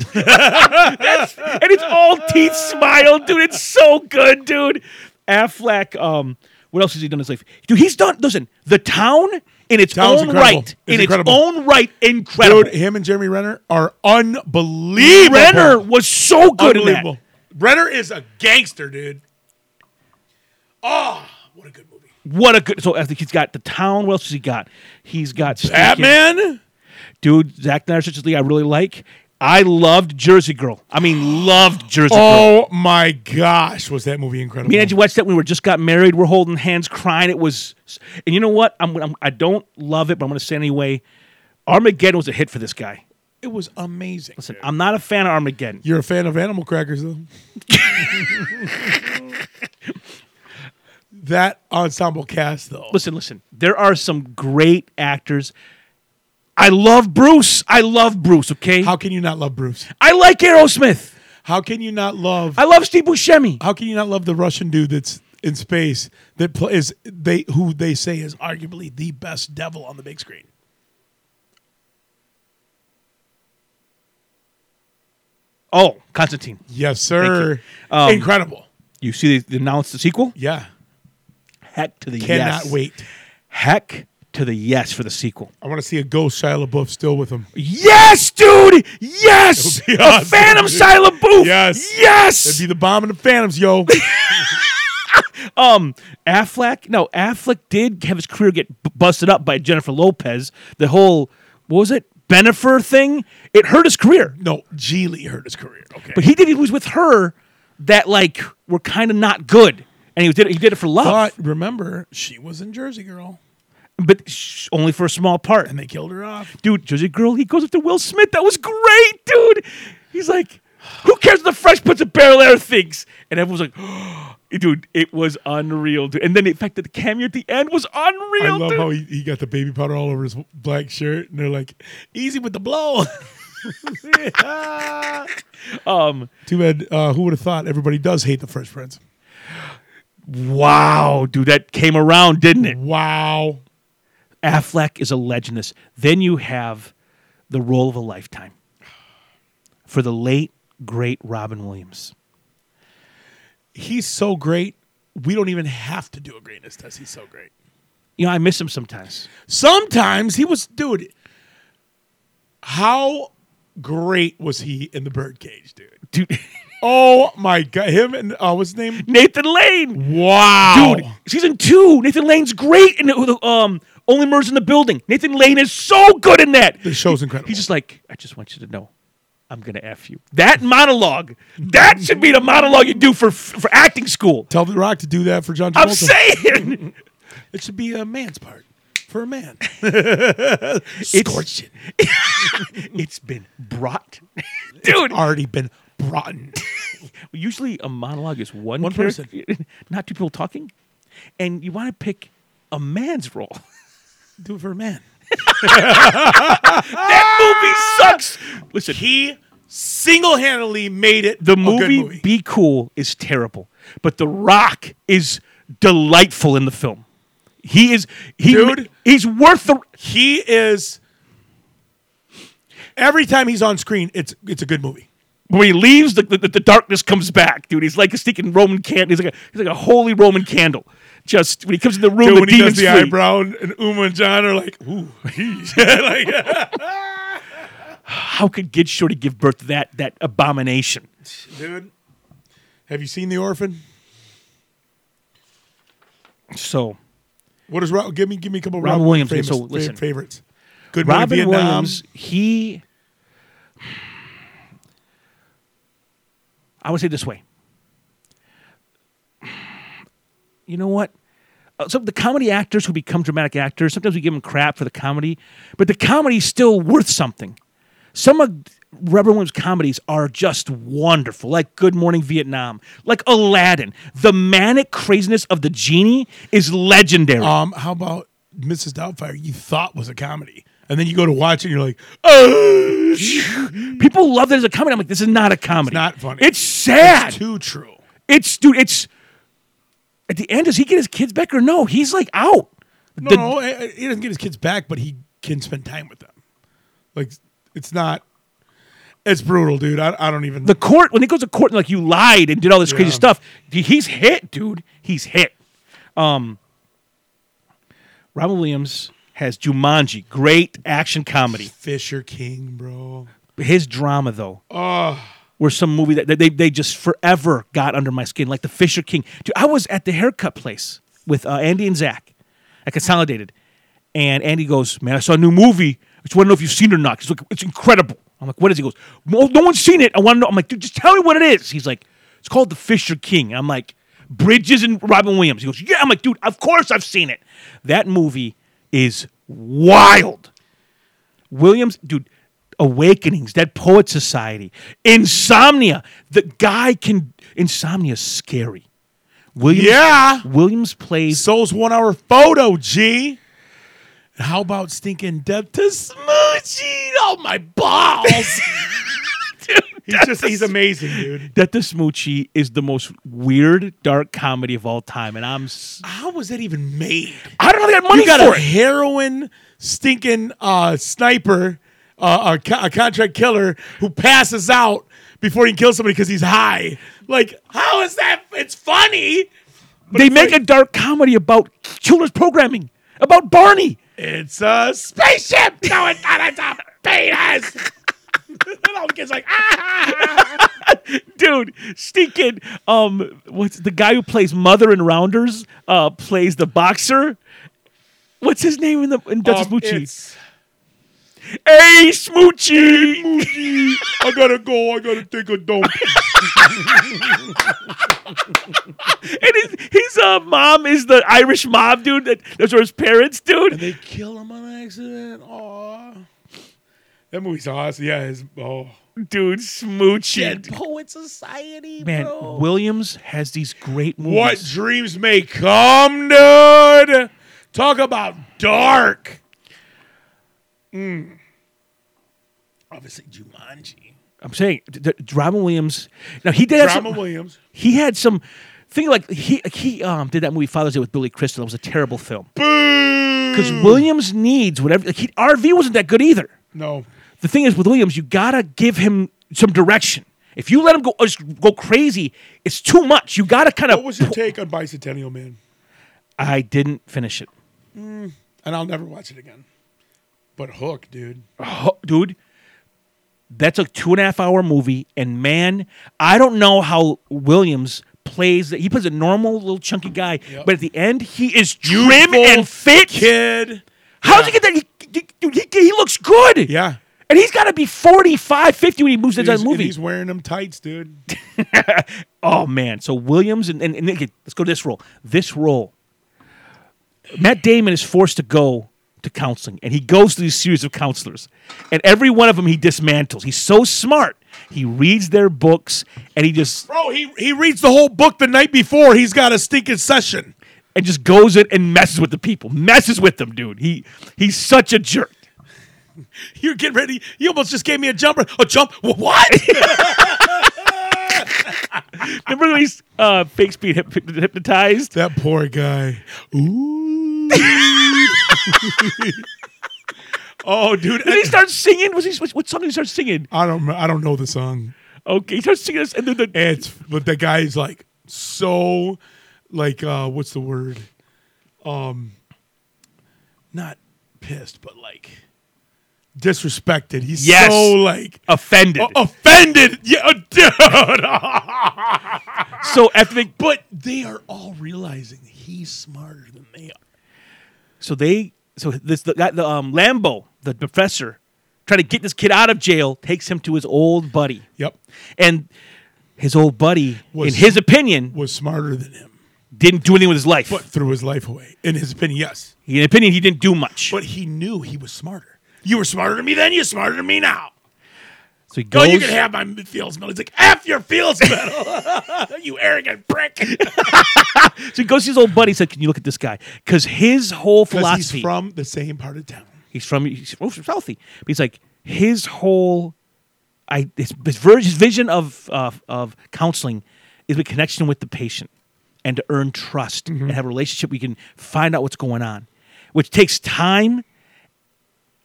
Speaker 1: and it's all teeth smile, dude. It's so good, dude. Affleck, um, what else has he done in his life? Dude, he's done. Listen, the town in its
Speaker 3: Town's
Speaker 1: own
Speaker 3: incredible.
Speaker 1: right,
Speaker 3: It's
Speaker 1: in
Speaker 3: incredible.
Speaker 1: its own right, incredible.
Speaker 3: Dude, him and Jeremy Renner are unbelievable.
Speaker 1: Renner was so good in that.
Speaker 3: Unbelievable. Renner is a gangster, dude. Oh, what a good movie.
Speaker 1: What a good. So I think he's got the town. What else has he got? He's got Sneaky-
Speaker 3: Batman?
Speaker 1: dude. Zack Snyder's Justice League. I really like. I loved Jersey Girl. I mean, loved Jersey Girl.
Speaker 3: Oh my gosh, was that movie incredible?
Speaker 1: Me and Angie watched that. when We were just got married. We're holding hands, crying. It was, and you know what? I'm, I'm I don't love it, but I'm going to say it anyway. Armageddon was a hit for this guy.
Speaker 3: it was amazing.
Speaker 1: Listen, I'm not a fan of Armageddon.
Speaker 3: You're a fan of animal crackers, though. that ensemble cast, though.
Speaker 1: Listen, listen. There are some great actors. I love Bruce. I love Bruce. Okay,
Speaker 3: How can you not love Bruce?
Speaker 1: I like Aerosmith.
Speaker 3: How can you not love?
Speaker 1: I love Steve Buscemi.
Speaker 3: How can you not love the Russian dude that's in space that pl- is they who they say is arguably the best devil on the big screen?
Speaker 1: Oh, Constantine.
Speaker 3: Yes, sir.
Speaker 1: Um,
Speaker 3: incredible.
Speaker 1: You see, they announced the sequel.
Speaker 3: Yeah,
Speaker 1: Heck to the
Speaker 3: cannot
Speaker 1: yes.
Speaker 3: wait.
Speaker 1: Heck to the yes for the sequel.
Speaker 3: I want to see a ghost Shia LaBeouf still with him.
Speaker 1: Yes, dude. Yes.
Speaker 3: It'll be
Speaker 1: The
Speaker 3: awesome,
Speaker 1: Phantom
Speaker 3: dude.
Speaker 1: Shia LaBeouf.
Speaker 3: Yes. It'd
Speaker 1: Yes.
Speaker 3: be the bomb and the phantoms, yo.
Speaker 1: um, Affleck. No, Affleck did have his career get b- busted up by Jennifer Lopez. The whole what was it? Benefer thing. It hurt his career.
Speaker 3: no, Geely hurt his career. Okay,
Speaker 1: But he did. He was with her that like were kind of not good, and he did. It, he did it for love,
Speaker 3: But remember, she was in Jersey Girl,
Speaker 1: but sh- only for a small part.
Speaker 3: and they killed her off.
Speaker 1: dude, Jersey Girl, he goes up to Will Smith. That was great, dude. He's like, who cares if the fresh puts a barrel air things? And everyone's like, dude, it was unreal, dude. And then the fact that the cameo at the end was
Speaker 3: I
Speaker 1: unreal,
Speaker 3: love
Speaker 1: dude.
Speaker 3: how he, he got the baby powder all over his black shirt, and they're like, "Easy with the blow."
Speaker 1: um,
Speaker 3: Too bad. Uh, who would have thought? Everybody does hate the Fresh Prince.
Speaker 1: wow, dude, that came around, didn't it?
Speaker 3: Wow.
Speaker 1: Affleck is a legend. This. Then you have the role of a lifetime for the late great Robin Williams.
Speaker 3: He's so great. We don't even have to do a greatness test. He's so great.
Speaker 1: You know, I miss him sometimes.
Speaker 3: Sometimes he was, dude. How great was he in the birdcage, dude?
Speaker 1: Dude,
Speaker 3: Oh my god, him and uh, what's his name?
Speaker 1: Nathan Lane.
Speaker 3: Wow,
Speaker 1: Dude, season two, Nathan Lane's great in the um, Only Murders in the Building. Nathan Lane is so good in that.
Speaker 3: the show's incredible.
Speaker 1: He's just like, I just want you to know, I'm gonna f you. That monologue, that should be the monologue you do for for acting school.
Speaker 3: tell The Rock to do that for John Travolta.
Speaker 1: I'm saying
Speaker 3: it should be a man's part for a man.
Speaker 1: it's, it's been brought, dude.
Speaker 3: Already been brought. in.
Speaker 1: Usually, a monologue is one
Speaker 3: One
Speaker 1: character- not two people talking, and you want to pick a man's role.
Speaker 3: Do it for a man.
Speaker 1: that movie sucks. Listen,
Speaker 3: He single-handedly made it
Speaker 1: the
Speaker 3: a Oh, good
Speaker 1: movie, Be Cool is terrible, but The Rock is delightful in the film. He is he
Speaker 3: Dude.
Speaker 1: he's worth the
Speaker 3: He is. Every time he's on screen, it's it's a good movie.
Speaker 1: when he leaves the, the, the darkness comes back, dude. He's like a stinking Roman candle. He's like a he's like a holy Roman candle. Just when he comes in the room,
Speaker 3: Dude,
Speaker 1: the
Speaker 3: when he does
Speaker 1: demons
Speaker 3: the
Speaker 1: flee.
Speaker 3: eyebrow and, and Uma and John are like, ooh, he's like,
Speaker 1: How could Gid Shorty give birth to that that abomination?
Speaker 3: dude. Have you seen The Orphan?
Speaker 1: So
Speaker 3: What is Rob? Give me, give me a couple. of
Speaker 1: Robin
Speaker 3: Robin
Speaker 1: Williams,
Speaker 3: Famous,
Speaker 1: so
Speaker 3: fa-
Speaker 1: listen.
Speaker 3: favorites. Good um, Morning
Speaker 1: Robin
Speaker 3: Vietnam.
Speaker 1: Williams, he. I would say this way. You know what? Uh, Some of the comedy actors who become dramatic actors, sometimes we give them crap for the comedy, but the comedy's still worth something. Some of Robin Williams' comedies are just wonderful, like Good Morning Vietnam, like Aladdin. The manic craziness of the genie is legendary.
Speaker 3: Um, how about Mrs. Doubtfire? You thought was a comedy, and then you go to watch it, and you're like, oh,
Speaker 1: People love that as a comedy. I'm like, this is not a comedy.
Speaker 3: not funny.
Speaker 1: It's sad. It's,
Speaker 3: too true.
Speaker 1: dude. It's at the end. Does he get his kids back or no? He's like out.
Speaker 3: No,
Speaker 1: The-
Speaker 3: no, eh, eh, he doesn't get his kids back, but he can spend time with them. Like, it's not. It's brutal, dude. I, I don't even.
Speaker 1: The court when he goes to court and like you lied and did all this crazy
Speaker 3: Yeah.
Speaker 1: stuff. He's hit, dude. He's hit. Um, Robin Williams has Jumanji, great action comedy.
Speaker 3: Fisher King, bro.
Speaker 1: his drama though were some movie that that they, they just forever got under my skin like the fisher king dude i was at the haircut place with uh, andy and zach at consolidated and andy goes man i saw a new movie i just want to know if you've seen it or not he's like it's incredible i'm like what is it he goes no, no one's seen it i want to know i'm like dude just tell me what it is he's like it's called the fisher king i'm like bridges and robin williams he goes yeah i'm like dude of course i've seen it that movie is wild Williams, dude, Awakenings, Dead Poet Society, Insomnia. The guy can Insomnia's scary. Williams,
Speaker 3: Yeah.
Speaker 1: Williams plays.
Speaker 3: Soul's one hour photo, G. And How about stinking Death to Smoochie? Oh, my balls. he's just, he's amazing, dude.
Speaker 1: That the Smoochie is the most weird dark comedy of all time, and I'm s-
Speaker 3: How was that even made?
Speaker 1: I don't know they got money
Speaker 3: You got
Speaker 1: for
Speaker 3: a
Speaker 1: it.
Speaker 3: heroin stinking uh, sniper, uh, a, co- a contract killer who passes out before he can kill somebody because he's high. Like, how is that? It's funny. but
Speaker 1: They
Speaker 3: it's
Speaker 1: make
Speaker 3: like,
Speaker 1: a dark comedy about children's programming, about Barney.
Speaker 3: It's a spaceship going down. It's a penis. and all the kids like, ah.
Speaker 1: Dude, stinking. Um, what's the guy who plays Mother in Rounders? Uh, plays the boxer. What's his name in the in Dutch
Speaker 3: Um,
Speaker 1: Smoochie?
Speaker 3: it's-
Speaker 1: Hey, Smoochie!
Speaker 3: I gotta go. I gotta take a dump.
Speaker 1: and his, his uh, mom is the Irish mob, dude. That, those are his parents, dude.
Speaker 3: they kill him on accident. Aw. That movie's awesome. Yeah, his oh.
Speaker 1: Dude, Smoochie.
Speaker 3: Poet Society,
Speaker 1: Man, Williams has these great movies.
Speaker 3: What dreams may come, dude. Talk about dark. Mm. Obviously, Jumanji.
Speaker 1: I'm saying, D- D- Robin Williams. Now he did have
Speaker 3: Drama
Speaker 1: some,
Speaker 3: Williams.
Speaker 1: he had some thing like he he um did that movie Father's Day with Billy Crystal. It was a terrible film.
Speaker 3: Boo!
Speaker 1: because Williams needs whatever. Like he, RV wasn't that good either.
Speaker 3: No.
Speaker 1: The thing is with Williams, you gotta give him some direction. If you let him go uh, just go crazy, it's too much. You gotta kind
Speaker 3: What was your
Speaker 1: of.
Speaker 3: take on Bicentennial Man?
Speaker 1: I didn't finish it,
Speaker 3: And I'll never watch it again. But Hook, dude.
Speaker 1: Oh, dude. That's a two and a half hour movie, and man, I don't know how Williams plays. He plays a normal little chunky guy,
Speaker 3: Yep.
Speaker 1: but at the end, he is trim
Speaker 3: Youthful
Speaker 1: and fit.
Speaker 3: Kid.
Speaker 1: How did you get that? He, he- dude, he, he looks good.
Speaker 3: Yeah.
Speaker 1: And he's got to be 45, 50 when he moves into
Speaker 3: He's,
Speaker 1: that
Speaker 3: and
Speaker 1: movie.
Speaker 3: he's wearing them tights, dude.
Speaker 1: Oh, man. So Williams, and, and, and again, let's go to this role. This role. Matt Damon is forced to go to counseling, and he goes to these series of counselors. And every one of them he dismantles. He's so smart. He reads their books, and he just
Speaker 3: Bro, he, he reads the whole book the night before. He's got a stinking session.
Speaker 1: and just goes in and messes with the people, messes with them, dude. He he's such a jerk.
Speaker 3: You're getting ready. You almost just gave me a jumper. A jump. Wh- What?
Speaker 1: Remember when he's uh, fake speed hyp- hypnotized?
Speaker 3: that poor guy. Ooh. oh, dude.
Speaker 1: Did he start singing? Was he what song did he start singing?
Speaker 3: I don't. I don't know the song.
Speaker 1: Okay, he starts singing this, and then the
Speaker 3: It's but the guy is like so, like uh, what's the word? Um, not pissed, but like disrespected. He's
Speaker 1: Yes.
Speaker 3: so like
Speaker 1: offended.
Speaker 3: o- Uh, offended. Yeah, uh, dude.
Speaker 1: So after they,
Speaker 3: but they are all realizing he's smarter than they are.
Speaker 1: so they, so this the guy, the um Lambo, the professor, trying to get this kid out of jail, takes him to his old buddy,
Speaker 3: Yep,
Speaker 1: and his old buddy,
Speaker 3: Was-
Speaker 1: in his opinion,
Speaker 3: was smarter than him,
Speaker 1: didn't do anything with his life.
Speaker 3: but threw his life away. In his opinion, yes,
Speaker 1: In his opinion, he didn't do much.
Speaker 3: but he knew he was smarter. You were smarter than me then. You're smarter than me now.
Speaker 1: so he
Speaker 3: No,
Speaker 1: goes.
Speaker 3: you can have my Fields medal. He's like, F your Fields medal, you arrogant prick.
Speaker 1: so he goes to his old buddy. He said, "Can you look at this guy? Because his whole
Speaker 3: Because
Speaker 1: philosophy."
Speaker 3: he's from the same part of town.
Speaker 1: He's from he's from Southie. But he's like his whole, I his his, ver- his vision of of of counseling is with connection with the patient and to earn trust and have a relationship. We can find out what's going on, which takes time.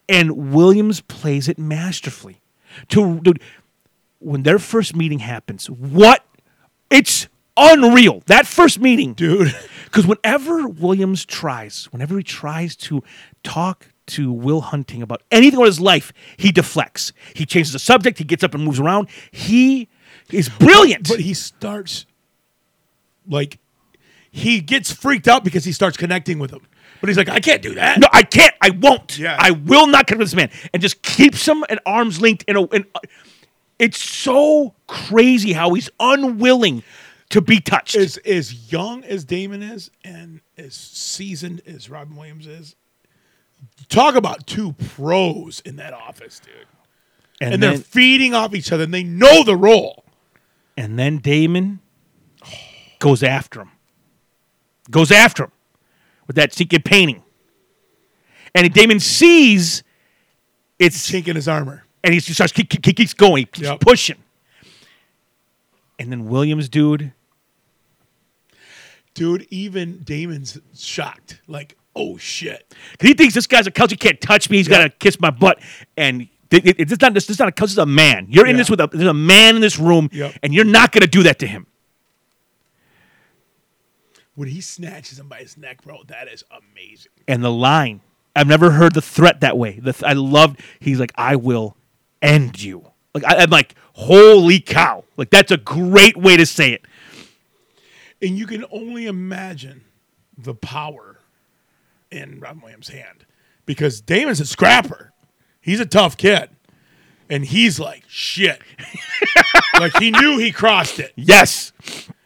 Speaker 1: And Williams plays it masterfully. To dude, when their first meeting happens, what it's unreal. That first meeting,
Speaker 3: Dude.
Speaker 1: because whenever Williams tries, whenever he tries to talk to Will Hunting about anything about his life, he deflects. He changes the subject. He gets up and moves around. He is brilliant.
Speaker 3: But he starts, like, he gets freaked out because he starts connecting with him. But he's like, I can't do that.
Speaker 1: no, I can't. I won't.
Speaker 3: Yeah.
Speaker 1: I will not connect with this man. And just keeps him at arm's length. In a, in, it's so crazy how he's unwilling to be touched.
Speaker 3: As, as young as Damon is and as seasoned as Robin Williams is, talk about two pros in that office, dude. And,
Speaker 1: then,
Speaker 3: they're feeding off each other and they know the role.
Speaker 1: And then Damon goes after him. Goes after him with that secret painting. And Damon sees it's
Speaker 3: Chink in his armor.
Speaker 1: and he starts keep, keep, keeps going, he keeps
Speaker 3: Yep.
Speaker 1: pushing. And then Williams, dude,
Speaker 3: dude. Even Damon's shocked. Like, oh shit.
Speaker 1: because he thinks this guy's a couch. He can't touch me. He's got to kiss my butt. And th- it- it's not this. It's not a couch. It's a man. You're in
Speaker 3: Yeah.
Speaker 1: this with a. There's a man in this room,
Speaker 3: Yep.
Speaker 1: and you're not gonna do that to him.
Speaker 3: When he snatches him by his neck, bro, that is amazing.
Speaker 1: and the line. I've never heard the threat that way. The th- I loved. He's like, I will end you. Like I, I'm like, holy cow! Like that's a great way to say it.
Speaker 3: And you can only imagine the power in Robin Williams' hand because Damon's a scrapper. He's a tough kid. And he's like, shit. like he knew he crossed it.
Speaker 1: Yes,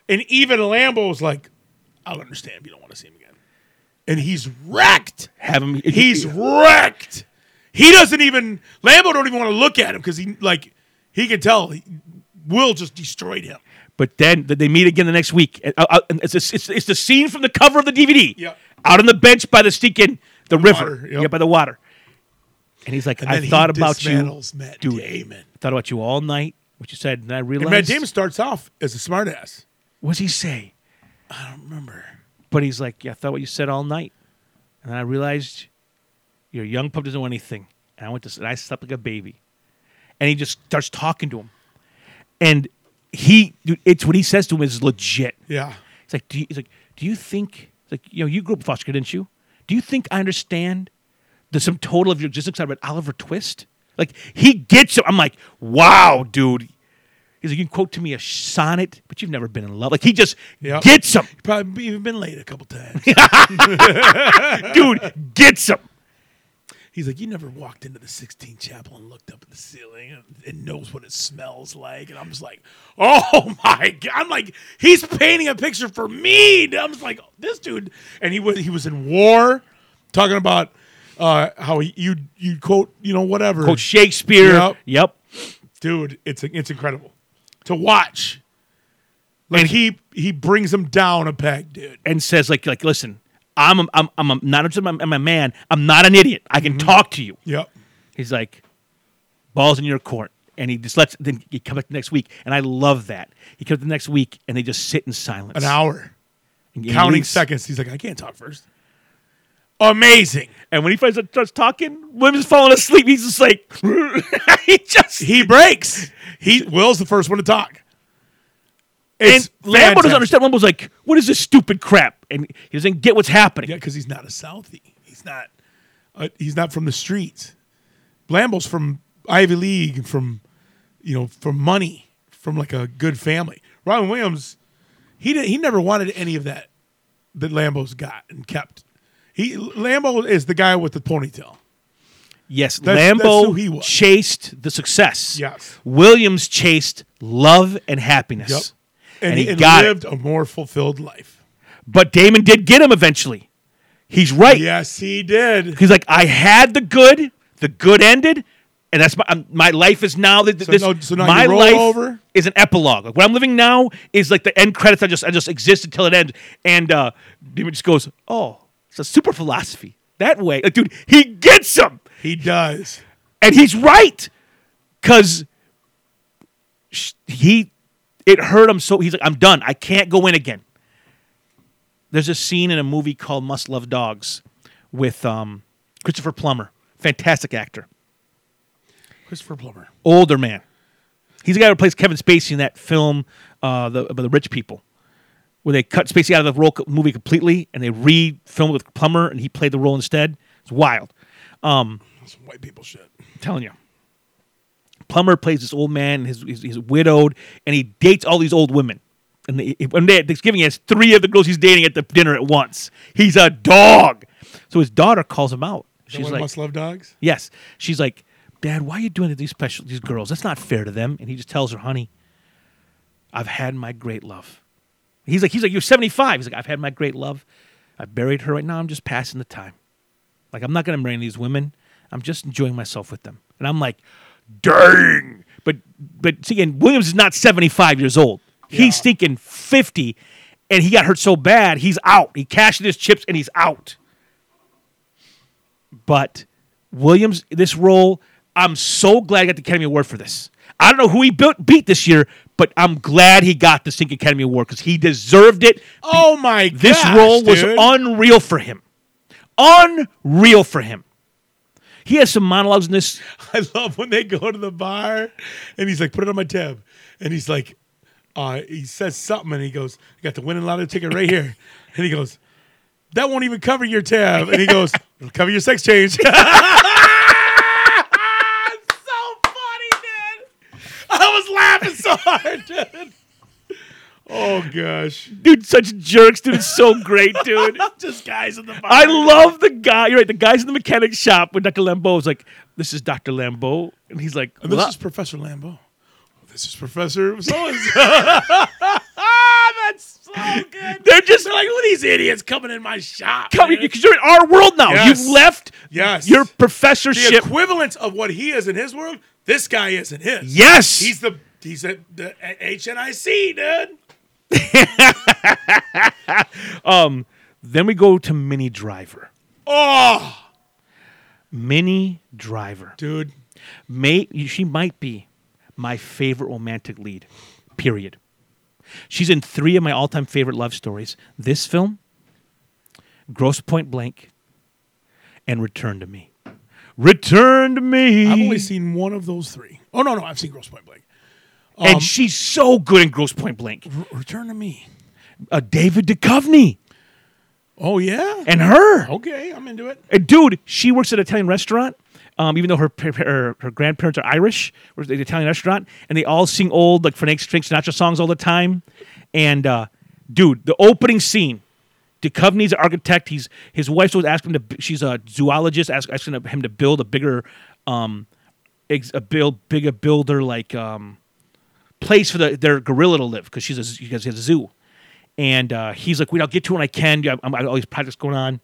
Speaker 3: And even Lambo's like, I'll understand if you don't want to see him again. And he's wrecked.
Speaker 1: have him.
Speaker 3: He's wrecked. He doesn't even Lambo don't even want to look at him because he like he can tell he, Will just destroyed him.
Speaker 1: But then th- they meet again the next week. And, uh, uh, and it's, it's, it's, it's the scene from the cover of the DVD.
Speaker 3: Yep.
Speaker 1: Out on the bench by the stinking the, river.
Speaker 3: water, yep.
Speaker 1: Yeah, by the water. And he's like,
Speaker 3: And
Speaker 1: I
Speaker 3: then he
Speaker 1: thought about you.
Speaker 3: dismantles Matt
Speaker 1: dude.
Speaker 3: Damon.
Speaker 1: Thought about you all night. What you said, and I realized.
Speaker 3: And Matt Damon starts off as a smartass.
Speaker 1: What's he say?
Speaker 3: I don't remember.
Speaker 1: But he's like, yeah, I thought what you said all night. And then I realized Your young pup doesn't want anything. And I went to s- and I slept like a baby. And he just starts talking to him. And he dude, it's what he says to him is legit.
Speaker 3: Yeah.
Speaker 1: It's like, do you, it's like, do you think, it's like, you know, you grew up in foster care, didn't you? Do you think I understand the sum total of your logistics I read Oliver Twist? Like, he gets it. I'm like, wow, dude. He's like, you can quote to me a sonnet, but you've never been in love. Like, he just
Speaker 3: Yep.
Speaker 1: gets him.
Speaker 3: Probably even been late a couple times.
Speaker 1: Dude, gets him.
Speaker 3: He's like, you never walked into the 16th chapel and looked up at the ceiling and, and knows what it smells like. And I'm just like, oh my god! I'm like, he's painting a picture for me. I'm just like, this dude. And he was he was in war, talking about uh, how he, you you quote you know whatever.
Speaker 1: Quote Shakespeare.
Speaker 3: Yep.
Speaker 1: Yep.
Speaker 3: dude, it's it's incredible to watch. Like he he brings him down a peg, dude.
Speaker 1: And says, like, like listen, I'm, a, I'm, I'm a, not just I'm, I'm a man. I'm not an idiot. I
Speaker 3: Mm-hmm.
Speaker 1: can talk to you.
Speaker 3: Yep.
Speaker 1: He's like, balls in your court. And he just lets, then he comes back the next week. And I love that. He comes the next week and they just sit in silence.
Speaker 3: An hour.
Speaker 1: And he
Speaker 3: Counting
Speaker 1: leaves.
Speaker 3: seconds. He's like, I can't talk first. Amazing.
Speaker 1: And when he finally starts talking, women's falling asleep. He's just like, he just,
Speaker 3: He breaks. He Will's the first one to talk. It's
Speaker 1: and Lambo doesn't
Speaker 3: fantastic.
Speaker 1: understand. Lambo's like, what is this stupid crap? And he doesn't get what's happening.
Speaker 3: Yeah, because he's not a Southie. He's not. Uh, he's not from the streets. Lambo's from Ivy League, and from you know, from money, from like a good family. Robin Williams, he did, he never wanted any of that that Lambo's got and kept. He Lambo is the guy with the ponytail.
Speaker 1: Yes,
Speaker 3: That's- that's
Speaker 1: Lambo
Speaker 3: who he was.
Speaker 1: chased the success.
Speaker 3: Yes.
Speaker 1: Williams chased love and happiness.
Speaker 3: Yep.
Speaker 1: And, he
Speaker 3: and
Speaker 1: got it.
Speaker 3: lived a more fulfilled life.
Speaker 1: But Damon did get him eventually. He's right.
Speaker 3: Yes, he did.
Speaker 1: He's like, I had the good, the good ended, and that's my I'm, my life is now that
Speaker 3: So
Speaker 1: this
Speaker 3: no- so now
Speaker 1: my
Speaker 3: you roll
Speaker 1: life
Speaker 3: over?
Speaker 1: is an epilogue. Like what I'm living now is like the end credits. I just I just exist until it ends. And uh, Damon just goes, oh, it's a super philosophy that way. Like dude, he gets him.
Speaker 3: He does.
Speaker 1: and he's right because he it hurt him so he's like i'm done i can't go in again there's a scene in a movie called must love dogs with um, christopher plummer fantastic actor
Speaker 3: Christopher Plummer.
Speaker 1: older man he's the guy who plays kevin spacey in that film uh, the, about the rich people where they cut spacey out of the role co- movie completely and they re-filmed it with plummer and he played the role instead it's wild
Speaker 3: That's some white people shit.
Speaker 1: telling you. Plummer plays this old man. His he's, he's widowed, and he dates all these old women. And they, one day at Thanksgiving, he has three of the girls he's dating at the dinner at once. He's a dog. So his daughter calls him out. She's
Speaker 3: Someone
Speaker 1: like,
Speaker 3: must love dogs.
Speaker 1: "Yes." She's like, "Dad, why are you doing it to these special these girls? That's not fair to them." And he just tells her, "Honey, I've had my great love." He's like, "He's like, you're 75." He's like, "I've had my great love. I buried her right now. I'm just passing the time." Like, I'm not going to marry these women. I'm just enjoying myself with them. And I'm like, dang. But, but see, again, Williams is not 75 years old. He's thinking 50, and he got hurt so bad, he's out. He cashed in his chips and he's out. But Williams, this role, I'm so glad he got the Academy Award for this. I don't know who he built, beat this year, but I'm glad he got the Stinking Academy Award because he deserved it.
Speaker 3: Oh my god.
Speaker 1: This role was
Speaker 3: dude.
Speaker 1: unreal for him. Unreal for him. He has some monologues in this.
Speaker 3: I love when they go to the bar and he's like, put it on my tab. And he's like, uh, he says something and he goes, I got the winning lottery ticket right here. And he goes, that won't even cover your tab. And he goes, it'll cover your sex change. so funny, dude. I was laughing so hard, dude. Oh, gosh.
Speaker 1: Dude, such jerks, dude. It's so great, dude.
Speaker 3: Just guys in the bar.
Speaker 1: I love the guy. You're right. The guy's in the mechanic shop when Dr. Lambeau is like, this is Dr. Lambeau. And he's like,
Speaker 3: And this
Speaker 1: "Well,
Speaker 3: is Professor Lambeau. Oh, This is Professor so That's so good.
Speaker 1: they're just
Speaker 3: They're like, look at these idiots coming in my shop.
Speaker 1: coming
Speaker 3: man."
Speaker 1: because you're in our world now.
Speaker 3: Yes.
Speaker 1: You've left
Speaker 3: Yes.
Speaker 1: your
Speaker 3: the
Speaker 1: professorship.
Speaker 3: equivalent of what he is in his world, this guy is in his.
Speaker 1: yes.
Speaker 3: He's the he's at the HNIC, dude.
Speaker 1: then we go to Mini Driver.
Speaker 3: Oh,
Speaker 1: Mini Driver.
Speaker 3: dude.
Speaker 1: may she might be my favorite romantic lead. Period. She's in three of my all-time favorite love stories: this film, Gross Point Blank, and Return to Me. Return to me.
Speaker 3: I've only seen one of those three. Oh no, no, I've seen Gross Point Blank. um,
Speaker 1: and she's so good in Gross Point Blank.
Speaker 3: R- Return to Me.
Speaker 1: Uh, David Duchovny
Speaker 3: Oh yeah.
Speaker 1: and her.
Speaker 3: Okay, I'm into it.
Speaker 1: And Uh, dude, she works at an Italian restaurant. Um, even though her, pa- pa- her her grandparents are Irish, works at an Italian restaurant, and they all sing old like Frank, Frank Sinatra songs all the time. And uh, dude, the opening scene, Duchovny's an architect. He's his wife's always asking him to. b- She's a zoologist, ask, asking him to build a bigger, um, ex, a build bigger builder like um, place for the, their gorilla to live because she's a, she has a zoo. And uh, he's like, "Wait, I'll get to it when I can. Yeah, I'm, I'm all these projects going on."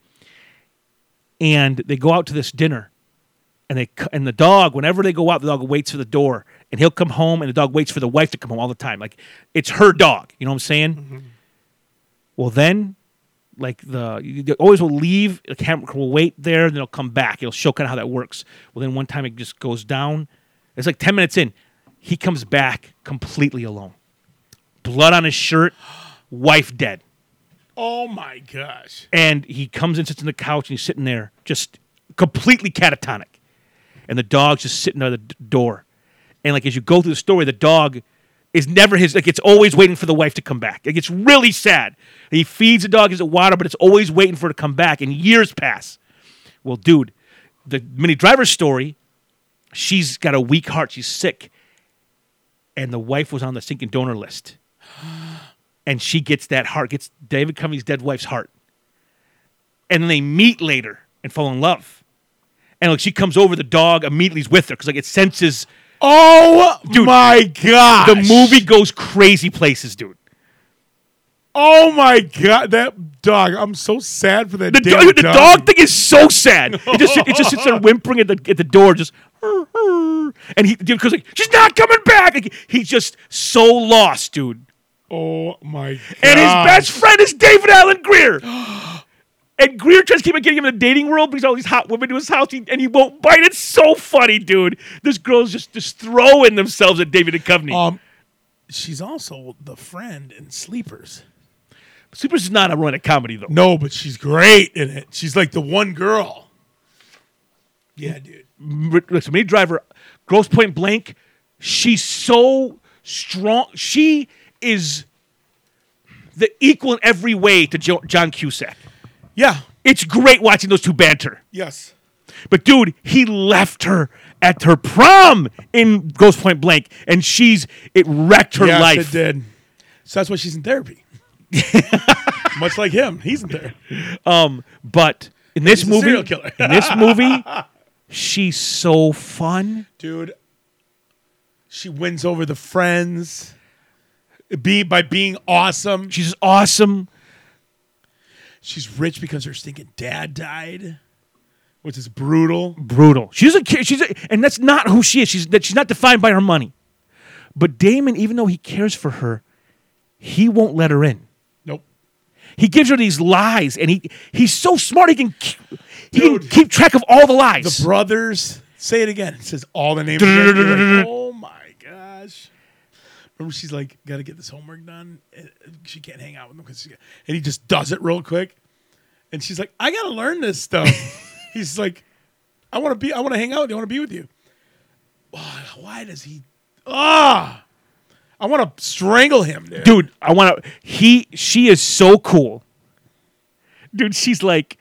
Speaker 1: and they go out to this dinner and they c- and the dog whenever they go out the dog waits for the door and he'll come home and the dog waits for the wife to come home all the time like it's her dog you know what i'm saying well then like the you you always will leave the camera will wait there and then it'll come back it'll show kind of how that works well then one time it just goes down it's like 10 minutes in he comes back completely alone blood on his shirt wife dead
Speaker 3: Oh my gosh.
Speaker 1: and he comes and sits on the couch and he's sitting there just completely catatonic and the dog's just sitting by the d- door and like as you go through the story the dog is never his like it's always waiting for the wife to come back like it's really sad he feeds the dog his water but it's always waiting for her to come back and years pass well dude the mini driver story she's got a weak heart she's sick and the wife was on the sinking donor list and she gets that heart gets david cummings dead wife's heart and then they meet later and fall in love. And like she comes over, the dog immediately's with her because like it senses
Speaker 3: Oh my gosh.
Speaker 1: the movie goes crazy places, dude.
Speaker 3: Oh my god, that dog! I'm so sad for that.
Speaker 1: The,
Speaker 3: damn
Speaker 1: dog, the dog thing is so sad. It just it just sits there whimpering at the at the door, just "Hur, hur." and he because like she's not coming back. Like, he's just so lost, dude.
Speaker 3: Oh my god!
Speaker 1: And his best friend is David Allen Greer. And Greer tries to keep on getting him in the dating world because all these hot women to his house, he- and he won't bite. It's so funny, dude. This girl's just just throwing themselves at David Duchovny.
Speaker 3: Um, she's also the friend in Sleepers.
Speaker 1: Sleepers is not a romantic comedy though.
Speaker 3: No, but she's great in it. She's like the one girl. Yeah, dude.
Speaker 1: M- Look, so Minnie Driver, Gross Point Blank, she's so strong. She is the equal in every way to jo- John Cusack.
Speaker 3: Yeah.
Speaker 1: It's great watching those two banter.
Speaker 3: Yes.
Speaker 1: But dude, he left her at her prom in Ghost Point Blank, and she's it wrecked her
Speaker 3: yes,
Speaker 1: life.
Speaker 3: It did. So that's why she's in therapy. Much like him, he's in there.
Speaker 1: Um, but in this
Speaker 3: He's a
Speaker 1: movie,
Speaker 3: serial killer.
Speaker 1: in this movie, she's so fun.
Speaker 3: dude. She wins over the friends. Be by being awesome.
Speaker 1: She's awesome.
Speaker 3: She's rich because her stinking dad died, which is brutal.
Speaker 1: brutal. She doesn't care. She's a, and that's not who she is. She's that she's not defined by her money. But Damon, even though he cares for her, he won't let her in.
Speaker 3: Nope.
Speaker 1: He gives her these lies, and he he's so smart. He can k- he can
Speaker 3: Dude.
Speaker 1: keep track of all the lies.
Speaker 3: The brothers. Say it again. It says all the names. again. You're like, oh my gosh. Remember, she's like, got to get this homework done. Uh, She can't hang out with him because she. And he just does it real quick. And she's like, I got to learn this stuff. He's like, I want to be. I want to hang out with you. I want to be with you. Why, why does he? Ah, I want to strangle him, dude.
Speaker 1: dude i want to he she is so cool dude she's like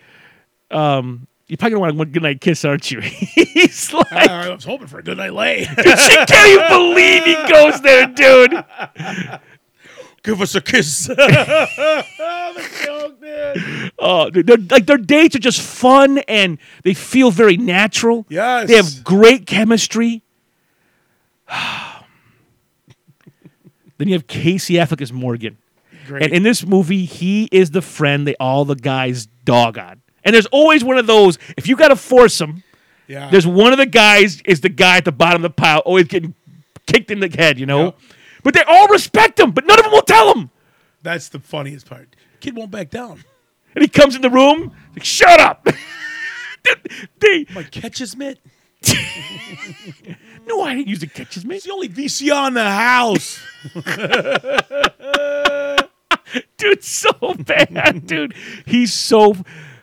Speaker 1: um you're probably gonna want a good night kiss aren't you he's like
Speaker 3: I was hoping for a good night lay.
Speaker 1: dude, she can't even believe he goes there dude
Speaker 3: Give us a kiss.
Speaker 1: oh dude, they're, like their dates are just fun and they feel very natural
Speaker 3: Yes.
Speaker 1: they have great chemistry then you have casey affleck as morgan
Speaker 3: Great.
Speaker 1: And in this movie, he is the friend they all the guys dog on. And there's always one of those. If you got to force him,
Speaker 3: yeah.
Speaker 1: there's one of the guys is the guy at the bottom of the pile, always getting kicked in the head, you know.
Speaker 3: Yeah.
Speaker 1: But they all respect him, but none of them will tell him.
Speaker 3: That's the funniest part. Kid won't back down.
Speaker 1: And he comes in the room, like, shut up. Dude, they,
Speaker 3: My catch is mitt.
Speaker 1: no, I didn't use the catches, man.
Speaker 3: It's the only VCR in the house.
Speaker 1: dude, so bad, dude. He's so.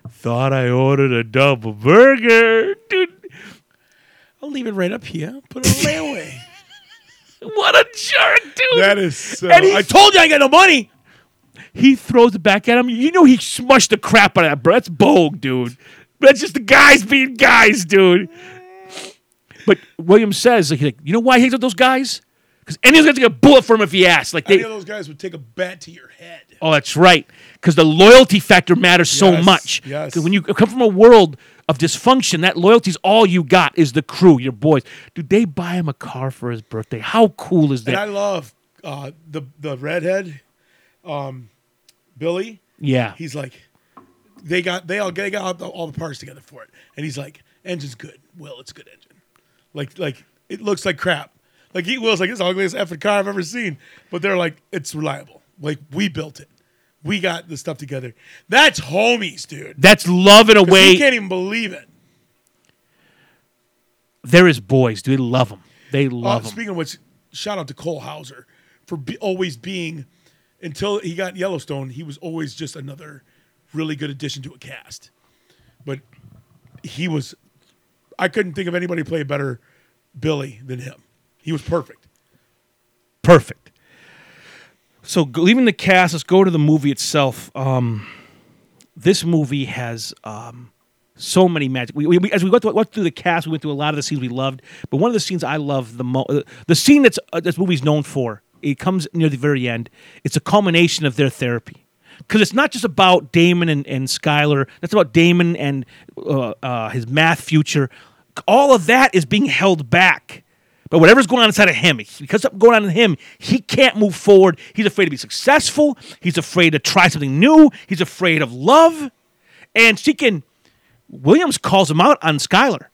Speaker 1: Thought I ordered a double burger, dude.
Speaker 3: I'll leave it right up here. Put it on layaway.
Speaker 1: What a jerk, dude!
Speaker 3: that is so.
Speaker 1: And he-
Speaker 3: I told you I ain't got no money.
Speaker 1: he throws it back at him. You know he smushed the crap out of that, bro. That's bold, dude. That's just the guys being guys, dude. But Williams says, like, he's like, you know why he hangs out with those guys? Because any of those guys get a bullet for him if he asks. Like
Speaker 3: Any
Speaker 1: they,
Speaker 3: of those guys would take a bat to your head.
Speaker 1: oh, that's right. Because the loyalty factor matters so
Speaker 3: Yes,
Speaker 1: much.
Speaker 3: yes.
Speaker 1: 'Cause when you come from a world of dysfunction, that loyalty's all you got is the crew, your boys. Dude, they buy him a car for his birthday. How cool is
Speaker 3: And
Speaker 1: that?
Speaker 3: I love uh, the the redhead, um, Billy.
Speaker 1: yeah.
Speaker 3: He's like, they got they all they got all the, all the parts together for it, and he's like, engine's good. Will, it's a good engine. Like like it looks like crap. Like he Will's like it's the ugliest effing car I've ever seen, but they're like it's reliable. Like we built it. We got the stuff together. That's homies, dude.
Speaker 1: That's love in a
Speaker 3: You
Speaker 1: way.
Speaker 3: can't even believe it.
Speaker 1: They're his boys, dude. They love him. They
Speaker 3: Uh,
Speaker 1: love him.
Speaker 3: speaking of which, shout out to Cole Hauser for be, always being, until he got Yellowstone, he was always just another really good addition to a cast. But he was, I couldn't think of anybody play better Billy than him. He was perfect.
Speaker 1: perfect. So g- leaving the cast, let's go to the movie itself. Um, this movie has um, so many magic. We, we, we- as we went through, went through the cast, we went through a lot of the scenes we loved, but one of the scenes I love the most, the scene that's uh, this movie's known for, it comes near the very end. It's a culmination of their therapy. Because it's not just about Damon and, and Skylar. That's about Damon and uh, uh, his math future. All of that is being held back but whatever's going on inside of him, because something's going on in him, he can't move forward. He's afraid to be successful. He's afraid to try something new. He's afraid of love. And she can, Williams calls him out on Skylar.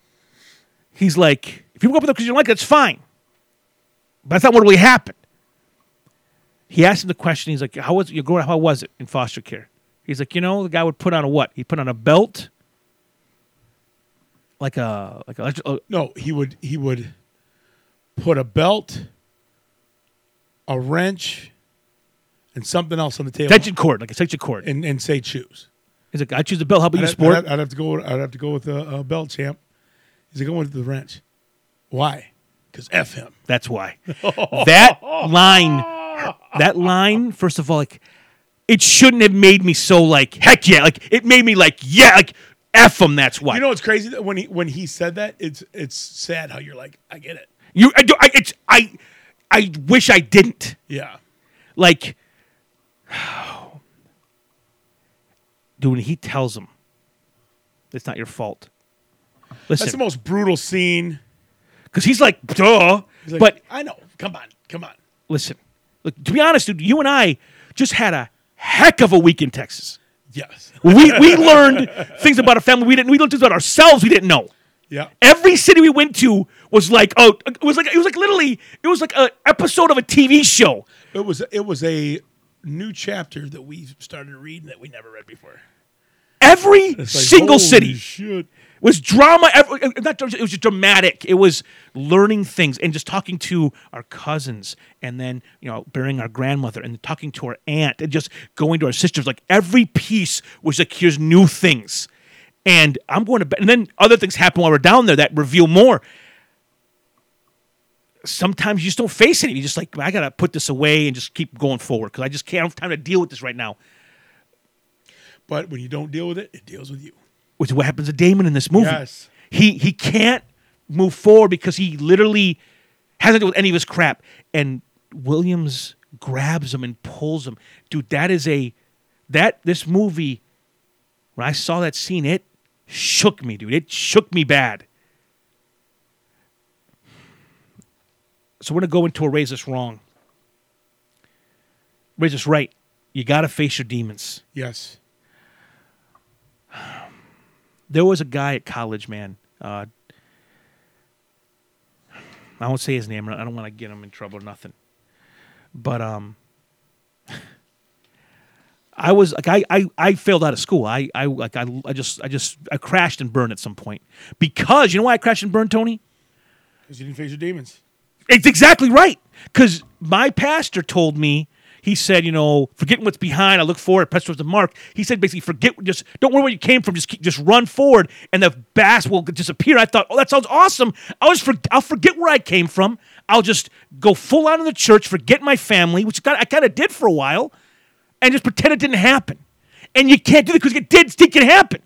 Speaker 1: He's like, if you broke up with her because you don't like her, that's fine. But that's not what really happened. He asked him the question. He's like, how was your growing up? How was it in foster care? He's like, you know, the guy would put on a what? He put on a belt, like a like a, a
Speaker 3: No, he would he would put a belt, a wrench, and something else on the table,
Speaker 1: tension cord, like a tension cord.
Speaker 3: and and say choose.
Speaker 1: He's like, I choose the belt. How about
Speaker 3: I'd
Speaker 1: you,
Speaker 3: have-
Speaker 1: sport?
Speaker 3: I'd, have, I'd have to go. I'd have to go with a, a belt champ. He's like, I went to the wrench. Why? Because f him.
Speaker 1: That's why. that line, that line. First of all, like, it shouldn't have made me so like, heck yeah. Like, it made me like, yeah, like, f them. That's why.
Speaker 3: You know what's crazy? That When he when he said that, it's it's sad how you're like, I get it.
Speaker 1: you, I, do- I, it's, I, I wish I didn't.
Speaker 3: Yeah,
Speaker 1: Like, dude, when he tells him, it's not your fault.
Speaker 3: that's the
Speaker 1: Listen,
Speaker 3: most brutal scene.
Speaker 1: because he's like, duh.
Speaker 3: He's like,
Speaker 1: but
Speaker 3: I know. Come on, come on.
Speaker 1: listen, look, to be honest, dude, you and I just had a heck of a week in Texas.
Speaker 3: Yes.
Speaker 1: We, we learned things about our family we didn't. We learned things about ourselves we didn't know.
Speaker 3: Yeah.
Speaker 1: Every city we went to was like oh it was like it was like literally it was like an episode of a TV show.
Speaker 3: It was it was a new chapter that we started reading that we never read before.
Speaker 1: Every
Speaker 3: It's like,
Speaker 1: single
Speaker 3: holy
Speaker 1: city
Speaker 3: Shit.
Speaker 1: was drama. ev- uh, Not dra- it was just dramatic. It was learning things and just talking to our cousins, and then you know burying our grandmother and talking to our aunt, and just going to our sisters. Like every piece was like here's new things, and I'm going to bed. And then other things happen while we're down there that reveal more. Sometimes you just don't face it. You just like I gotta put this away and just keep going forward because I just can't I don't have time to deal with this right now.
Speaker 3: But when you don't deal with it, it deals with you.
Speaker 1: which is what happens to Damon in this movie.
Speaker 3: Yes.
Speaker 1: He he can't move forward because he literally hasn't dealt with any of his crap. And Williams grabs him and pulls him. Dude, that is a that this movie, when I saw that scene, it shook me, dude. It shook me bad. So we're gonna go into a raise us wrong. Raise us right. You gotta face your demons.
Speaker 3: Yes.
Speaker 1: there was a guy at college, man. Uh, I won't say his name. I don't want to get him in trouble or nothing. But um, I was like, I, I, I failed out of school. I, I like, I, I just, I just, I crashed and burned at some point because you know why I crashed and burned, Tony?
Speaker 3: Because you didn't face your demons.
Speaker 1: It's exactly right. Because my pastor told me, He said, you know, forgetting what's behind, I look forward, press towards the mark. He said basically, forget, just don't worry where you came from, just keep, just run forward, and the bass will disappear. I thought, oh, that sounds awesome. I'll just for, I'll forget where I came from. I'll just go full out in the church, forget my family, which got, I kind of did for a while, and just pretend it didn't happen. And you can't do that because it did, it can happen.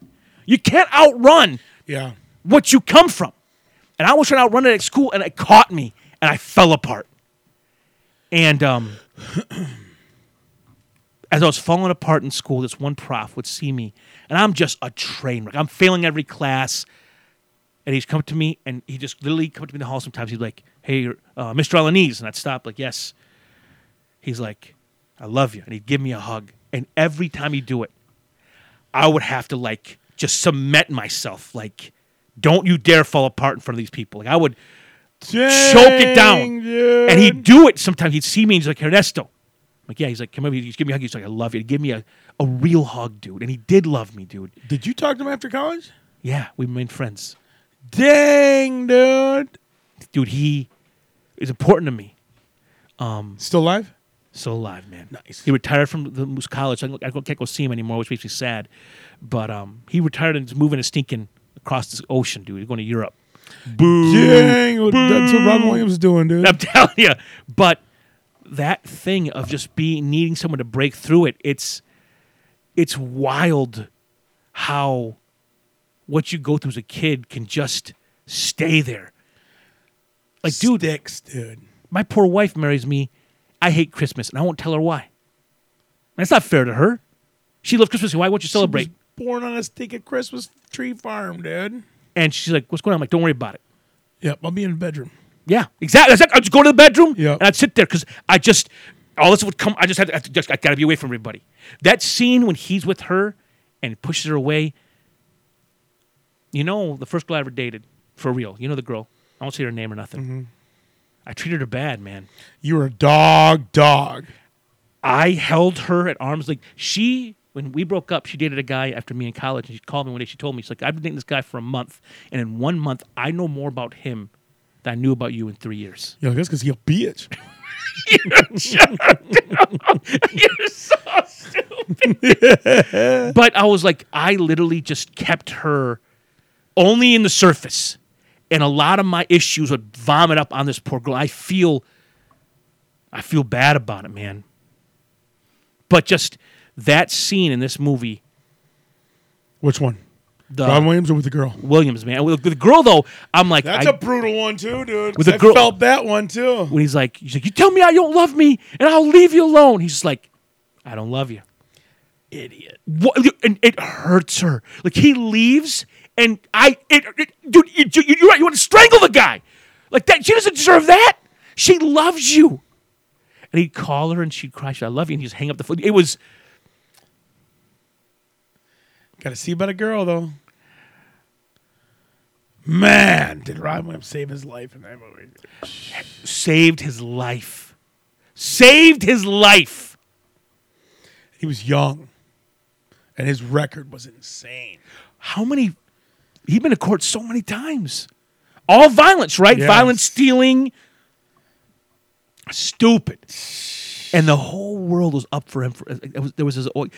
Speaker 1: You can't outrun
Speaker 3: Yeah.
Speaker 1: what you come from. And I was trying to outrun it at school, and it caught me, and I fell apart. And um, as I was falling apart in school, this one prof would see me, and I'm just a train wreck. I'm failing every class. And he'd come to me, and he just literally come to me in the hall sometimes. He'd like, hey, uh, Mr. Alanese. And I'd stop, like, yes. He's like, I love you. And he'd give me a hug. And every time he'd do it, I would have to like just cement myself. Like, don't you dare fall apart in front of these people. Like I would choke it down.
Speaker 3: Dang, dude.
Speaker 1: And he'd do it sometimes. He'd see me and he's like, Ernesto. I'm like, yeah, he's like, come over, he'd just give me a hug. He's like, I love you. He'd give me a, a real hug, dude. And he did love me, dude.
Speaker 3: Did you talk to him after college?
Speaker 1: Yeah, we remained friends.
Speaker 3: Dang, dude.
Speaker 1: Dude, he is important to me. Um,
Speaker 3: Still alive?
Speaker 1: still alive, man.
Speaker 3: Nice.
Speaker 1: He retired from the Moose College. So I don't- I can't go see him anymore, which makes me sad. But um, he retired and is moving and stinking across this ocean, dude. He's going to Europe. Boo.
Speaker 3: Dang, that's what Robin Williams is doing, dude.
Speaker 1: I'm telling you. But that thing of just being needing someone to break through it, it's it's wild how what you go through as a kid can just stay there. Like, dude,
Speaker 3: Sticks, dude.
Speaker 1: my poor wife marries me. I hate Christmas, and I won't tell her why. That's not fair to her. She loves Christmas. so Why won't you celebrate?
Speaker 3: She was born on a stinking Christmas tree farm, dude.
Speaker 1: And she's like, "What's going on?" I'm like, "Don't worry about it."
Speaker 3: Yep, I'll be in the bedroom.
Speaker 1: Yeah, exactly. That's it. I'd just go to the bedroom
Speaker 3: Yeah.
Speaker 1: and I'd sit there because I just all this would come. I just had to, I just I gotta be away from everybody. That scene when he's with her and pushes her away. You know, the first girl I ever dated for real. You know the girl. I won't say her name or nothing. I treated her bad, man.
Speaker 3: You were a dog, dog.
Speaker 1: I held her at arms like she when we broke up, she dated a guy after me in college, and she called me one day. She told me she's like, "I've been dating this guy for a month, and in one month, I know more about him than I knew about you in three years."
Speaker 3: You're like, that's because he's a bitch.
Speaker 1: You're so stupid. but I was like, I literally just kept her only in the surface. And a lot of my issues would vomit up on this poor girl. I feel I feel bad about it, man. But just that scene in this movie,
Speaker 3: Which one?
Speaker 1: the
Speaker 3: Robin Williams or with the girl?
Speaker 1: Williams, man. With the girl though, I'm like
Speaker 3: That's
Speaker 1: I-
Speaker 3: a brutal one too, dude.
Speaker 1: With
Speaker 3: 'cause
Speaker 1: the
Speaker 3: I
Speaker 1: girl-
Speaker 3: felt that one too.
Speaker 1: when he's like, he's like, You tell me I don't love me and I'll leave you alone. He's just like, I don't love you.
Speaker 3: Idiot.
Speaker 1: What, and it hurts her. Like he leaves, and I, it, it dude, you, you, you're right. You want to strangle the guy, like that. She doesn't deserve that. She loves you. And he'd call her, and she'd cry. She'd, I love you, and he'd just hang up the phone. It was
Speaker 3: Got to see about a girl though. Man, did Robin Williams save his life in that movie?
Speaker 1: saved his life, saved his life.
Speaker 3: He was young, and his record was insane.
Speaker 1: How many? He'd been to court so many times. All violence, right?
Speaker 3: Yes.
Speaker 1: Violence, stealing, stupid. And the whole world was up for him. For, it was, there was oh, his.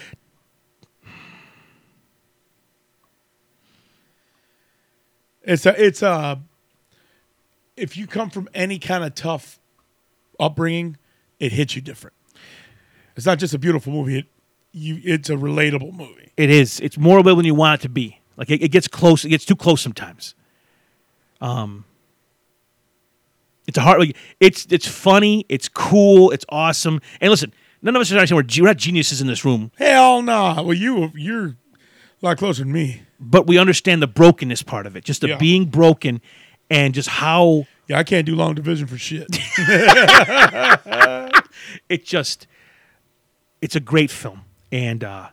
Speaker 3: It's a, it's a. If you come from any kind of tough upbringing, it hits you different. It's not just a beautiful movie. It, you, it's a relatable movie.
Speaker 1: It is. It's more relatable than you want it to be. Like it, it gets close. It gets too close sometimes. Um, it's a hard. Like, it's it's funny. It's cool. It's awesome. And listen, none of us are actually we're, ge- we're not geniuses in this room,
Speaker 3: Hell no. Well, you you're a lot closer than me.
Speaker 1: but we understand the brokenness part of it. Just the
Speaker 3: Yeah.
Speaker 1: being broken, and just how
Speaker 3: Yeah, I can't do long division for shit.
Speaker 1: it just. It's a great film, and uh,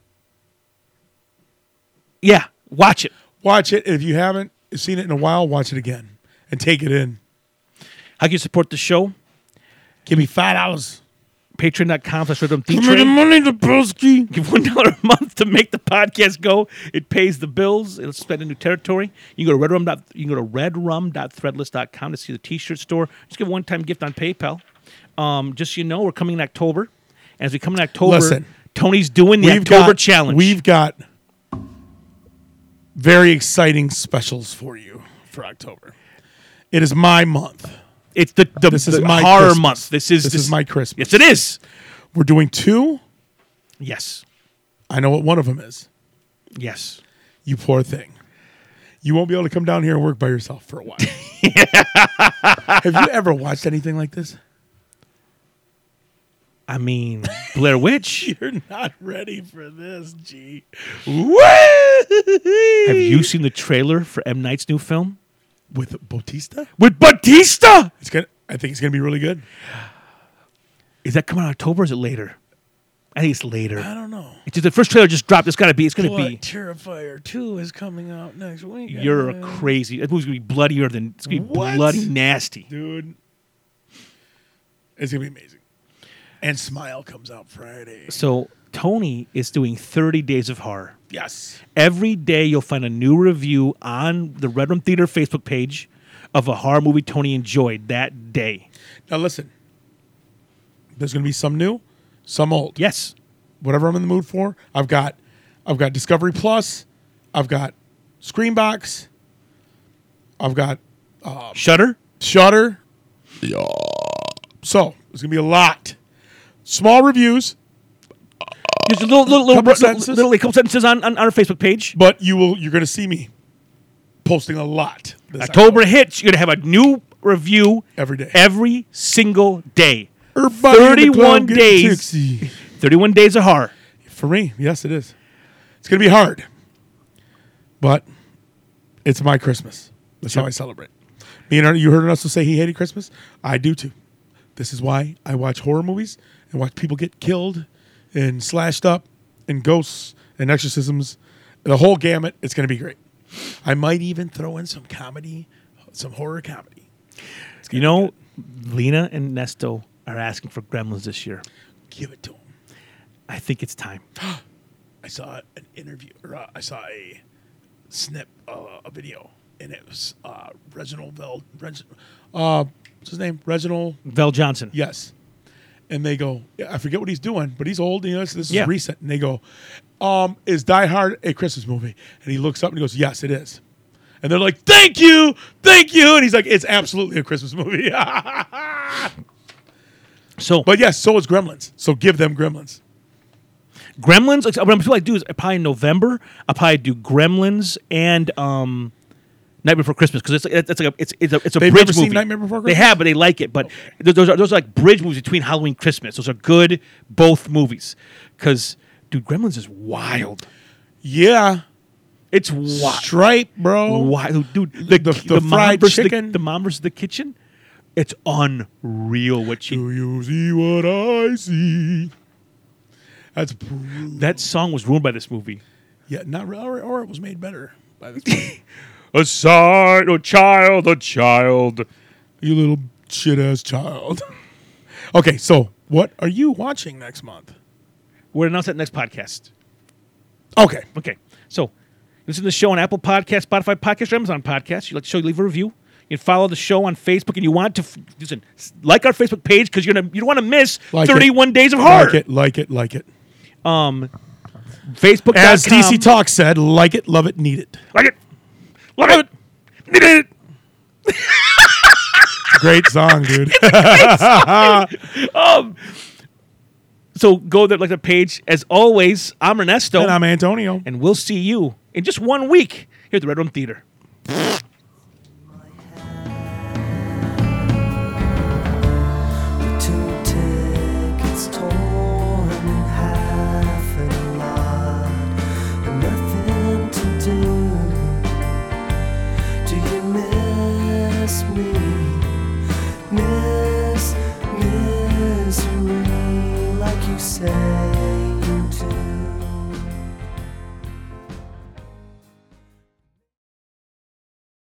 Speaker 1: yeah, watch it.
Speaker 3: watch it if you haven't seen it in a while. Watch it again and take it in.
Speaker 1: How can you support the show?
Speaker 3: Give me five dollars.
Speaker 1: Patreon.com slash rhythm
Speaker 3: Give me the money, Dabrowski.
Speaker 1: Give one dollar a month to make the podcast go. It pays the bills. It'll spend in new territory. You can go to redrum. dot- You can go to redrum.threadless.com to see the T-shirt store. Just give a one-time gift on PayPal. Um, just so you know, we're coming in October, As we come in October,
Speaker 3: Listen.
Speaker 1: Tony's doing the October challenge.
Speaker 3: We've got very exciting specials for you for October. It is my month.
Speaker 1: it's the, the,
Speaker 3: This is
Speaker 1: the
Speaker 3: my
Speaker 1: horror
Speaker 3: Christmas.
Speaker 1: month. This is
Speaker 3: This is my Christmas.
Speaker 1: Yes, it is.
Speaker 3: We're doing two.
Speaker 1: Yes,
Speaker 3: I know what one of them is.
Speaker 1: yes.
Speaker 3: You poor thing. You won't be able to come down here and work by yourself for a while. Have you ever watched anything like this?
Speaker 1: I mean, Blair Witch.
Speaker 3: You're not ready for this, G. Whee!
Speaker 1: Have you seen the trailer for M Night's new film
Speaker 3: with Bautista?
Speaker 1: with Batista?
Speaker 3: It's gonna. I think it's gonna be really good.
Speaker 1: Is that coming out October? or Is it later? I think it's later.
Speaker 3: I don't know.
Speaker 1: It's just, the first trailer just dropped. It's got to be. It's going to be.
Speaker 3: Terrifier Two is coming out next week.
Speaker 1: You're a crazy. That movie's gonna be bloodier than it's gonna be
Speaker 3: What?
Speaker 1: bloody nasty.
Speaker 3: dude. It's gonna be amazing. And Smile comes out Friday.
Speaker 1: So Tony is doing 30 days of horror.
Speaker 3: Yes.
Speaker 1: Every day you'll find a new review on the Red Room Theater Facebook page of a horror movie Tony enjoyed that day.
Speaker 3: Now listen. There's gonna be some new, some old.
Speaker 1: Yes.
Speaker 3: Whatever I'm in the mood for. I've got, I've got Discovery Plus. I've got Screenbox. I've got
Speaker 1: Shutter.
Speaker 3: Shutter. So there's gonna be a lot. Small reviews,
Speaker 1: Just a little, little, little,
Speaker 3: Couple
Speaker 1: little,
Speaker 3: sentences.
Speaker 1: little- a couple sentences on, on our Facebook page.
Speaker 3: but you will you're gonna see me posting a lot this
Speaker 1: October hits. You're gonna have a new review
Speaker 3: Every day.
Speaker 1: every single day.
Speaker 3: Everybody
Speaker 1: 31
Speaker 3: in the club get
Speaker 1: days.
Speaker 3: tipsy.
Speaker 1: 31 days of horror.
Speaker 3: For me, yes, it is. It's going to be hard, but it's my Christmas. That's how I celebrate. Me and Ernie, you heard Ernesto say he hated Christmas. I do too. This is why I watch horror movies and watch people get killed and slashed up and ghosts and exorcisms, the whole gamut. It's going to be great. I might even throw in some comedy, some horror comedy.
Speaker 1: You know, Lena and Nesto are asking for Gremlins this year.
Speaker 3: Give it to them.
Speaker 1: I think it's time.
Speaker 3: I saw an interview, or uh, I saw a snip, uh, a video, and it was uh, Reginald Vel, Reg, uh, what's his name? Reginald,
Speaker 1: Vel Johnson.
Speaker 3: yes. And they go, yeah, I forget what he's doing, but he's old. You know, this, this
Speaker 1: Yeah.
Speaker 3: is recent. And they go, um, is Die Hard a Christmas movie? And he looks up and he goes, yes, it is. And they're like, thank you, thank you. And he's like, it's absolutely a Christmas movie.
Speaker 1: So
Speaker 3: but yes, so is Gremlins. So give them Gremlins.
Speaker 1: Gremlins. Like, what I'm probably do is uh, probably in November. I will probably do Gremlins and um, Night Before Christmas because it's like, it's like a, it's it's a, it's a
Speaker 3: They've
Speaker 1: bridge
Speaker 3: never
Speaker 1: movie.
Speaker 3: seen Nightmare Before
Speaker 1: They
Speaker 3: Christmas?
Speaker 1: have, but they like it. But th- those are those are like bridge movies between Halloween and Christmas. Those are good both movies because dude, Gremlins is wild.
Speaker 3: Yeah.
Speaker 1: It's wild.
Speaker 3: Stripe, bro.
Speaker 1: Wild, dude. The,
Speaker 3: The-
Speaker 1: the,
Speaker 3: the
Speaker 1: mom
Speaker 3: fried
Speaker 1: versus
Speaker 3: chicken.
Speaker 1: The, the mom versus the kitchen. It's unreal what she
Speaker 3: Do you see what I see? That's brutal.
Speaker 1: That song was ruined by this movie.
Speaker 3: yeah, not re- or, or it was made better by this.
Speaker 1: A son, a child, a child.
Speaker 3: you little shit ass child. okay, so what are you watching next month?
Speaker 1: We're announced that next podcast.
Speaker 3: Okay,
Speaker 1: Okay. So listen to the show on Apple Podcast, Spotify Podcast, or Amazon Podcast. You like the show, you leave a review. You can follow the show on Facebook, and you want to f- listen, s- like our Facebook page because you're gonna you don't want to miss
Speaker 3: Like it.
Speaker 1: 31 days of horror.
Speaker 3: like it, like it, like it.
Speaker 1: Facebook
Speaker 3: As DC Talk said, like it, love it, need it.
Speaker 1: like it, love it, need it.
Speaker 3: Great song, dude.
Speaker 1: So go there, like the page. As always, I'm Ernesto,
Speaker 3: and I'm Antonio.
Speaker 1: and we'll see you in just one week here at the Red Room Theater.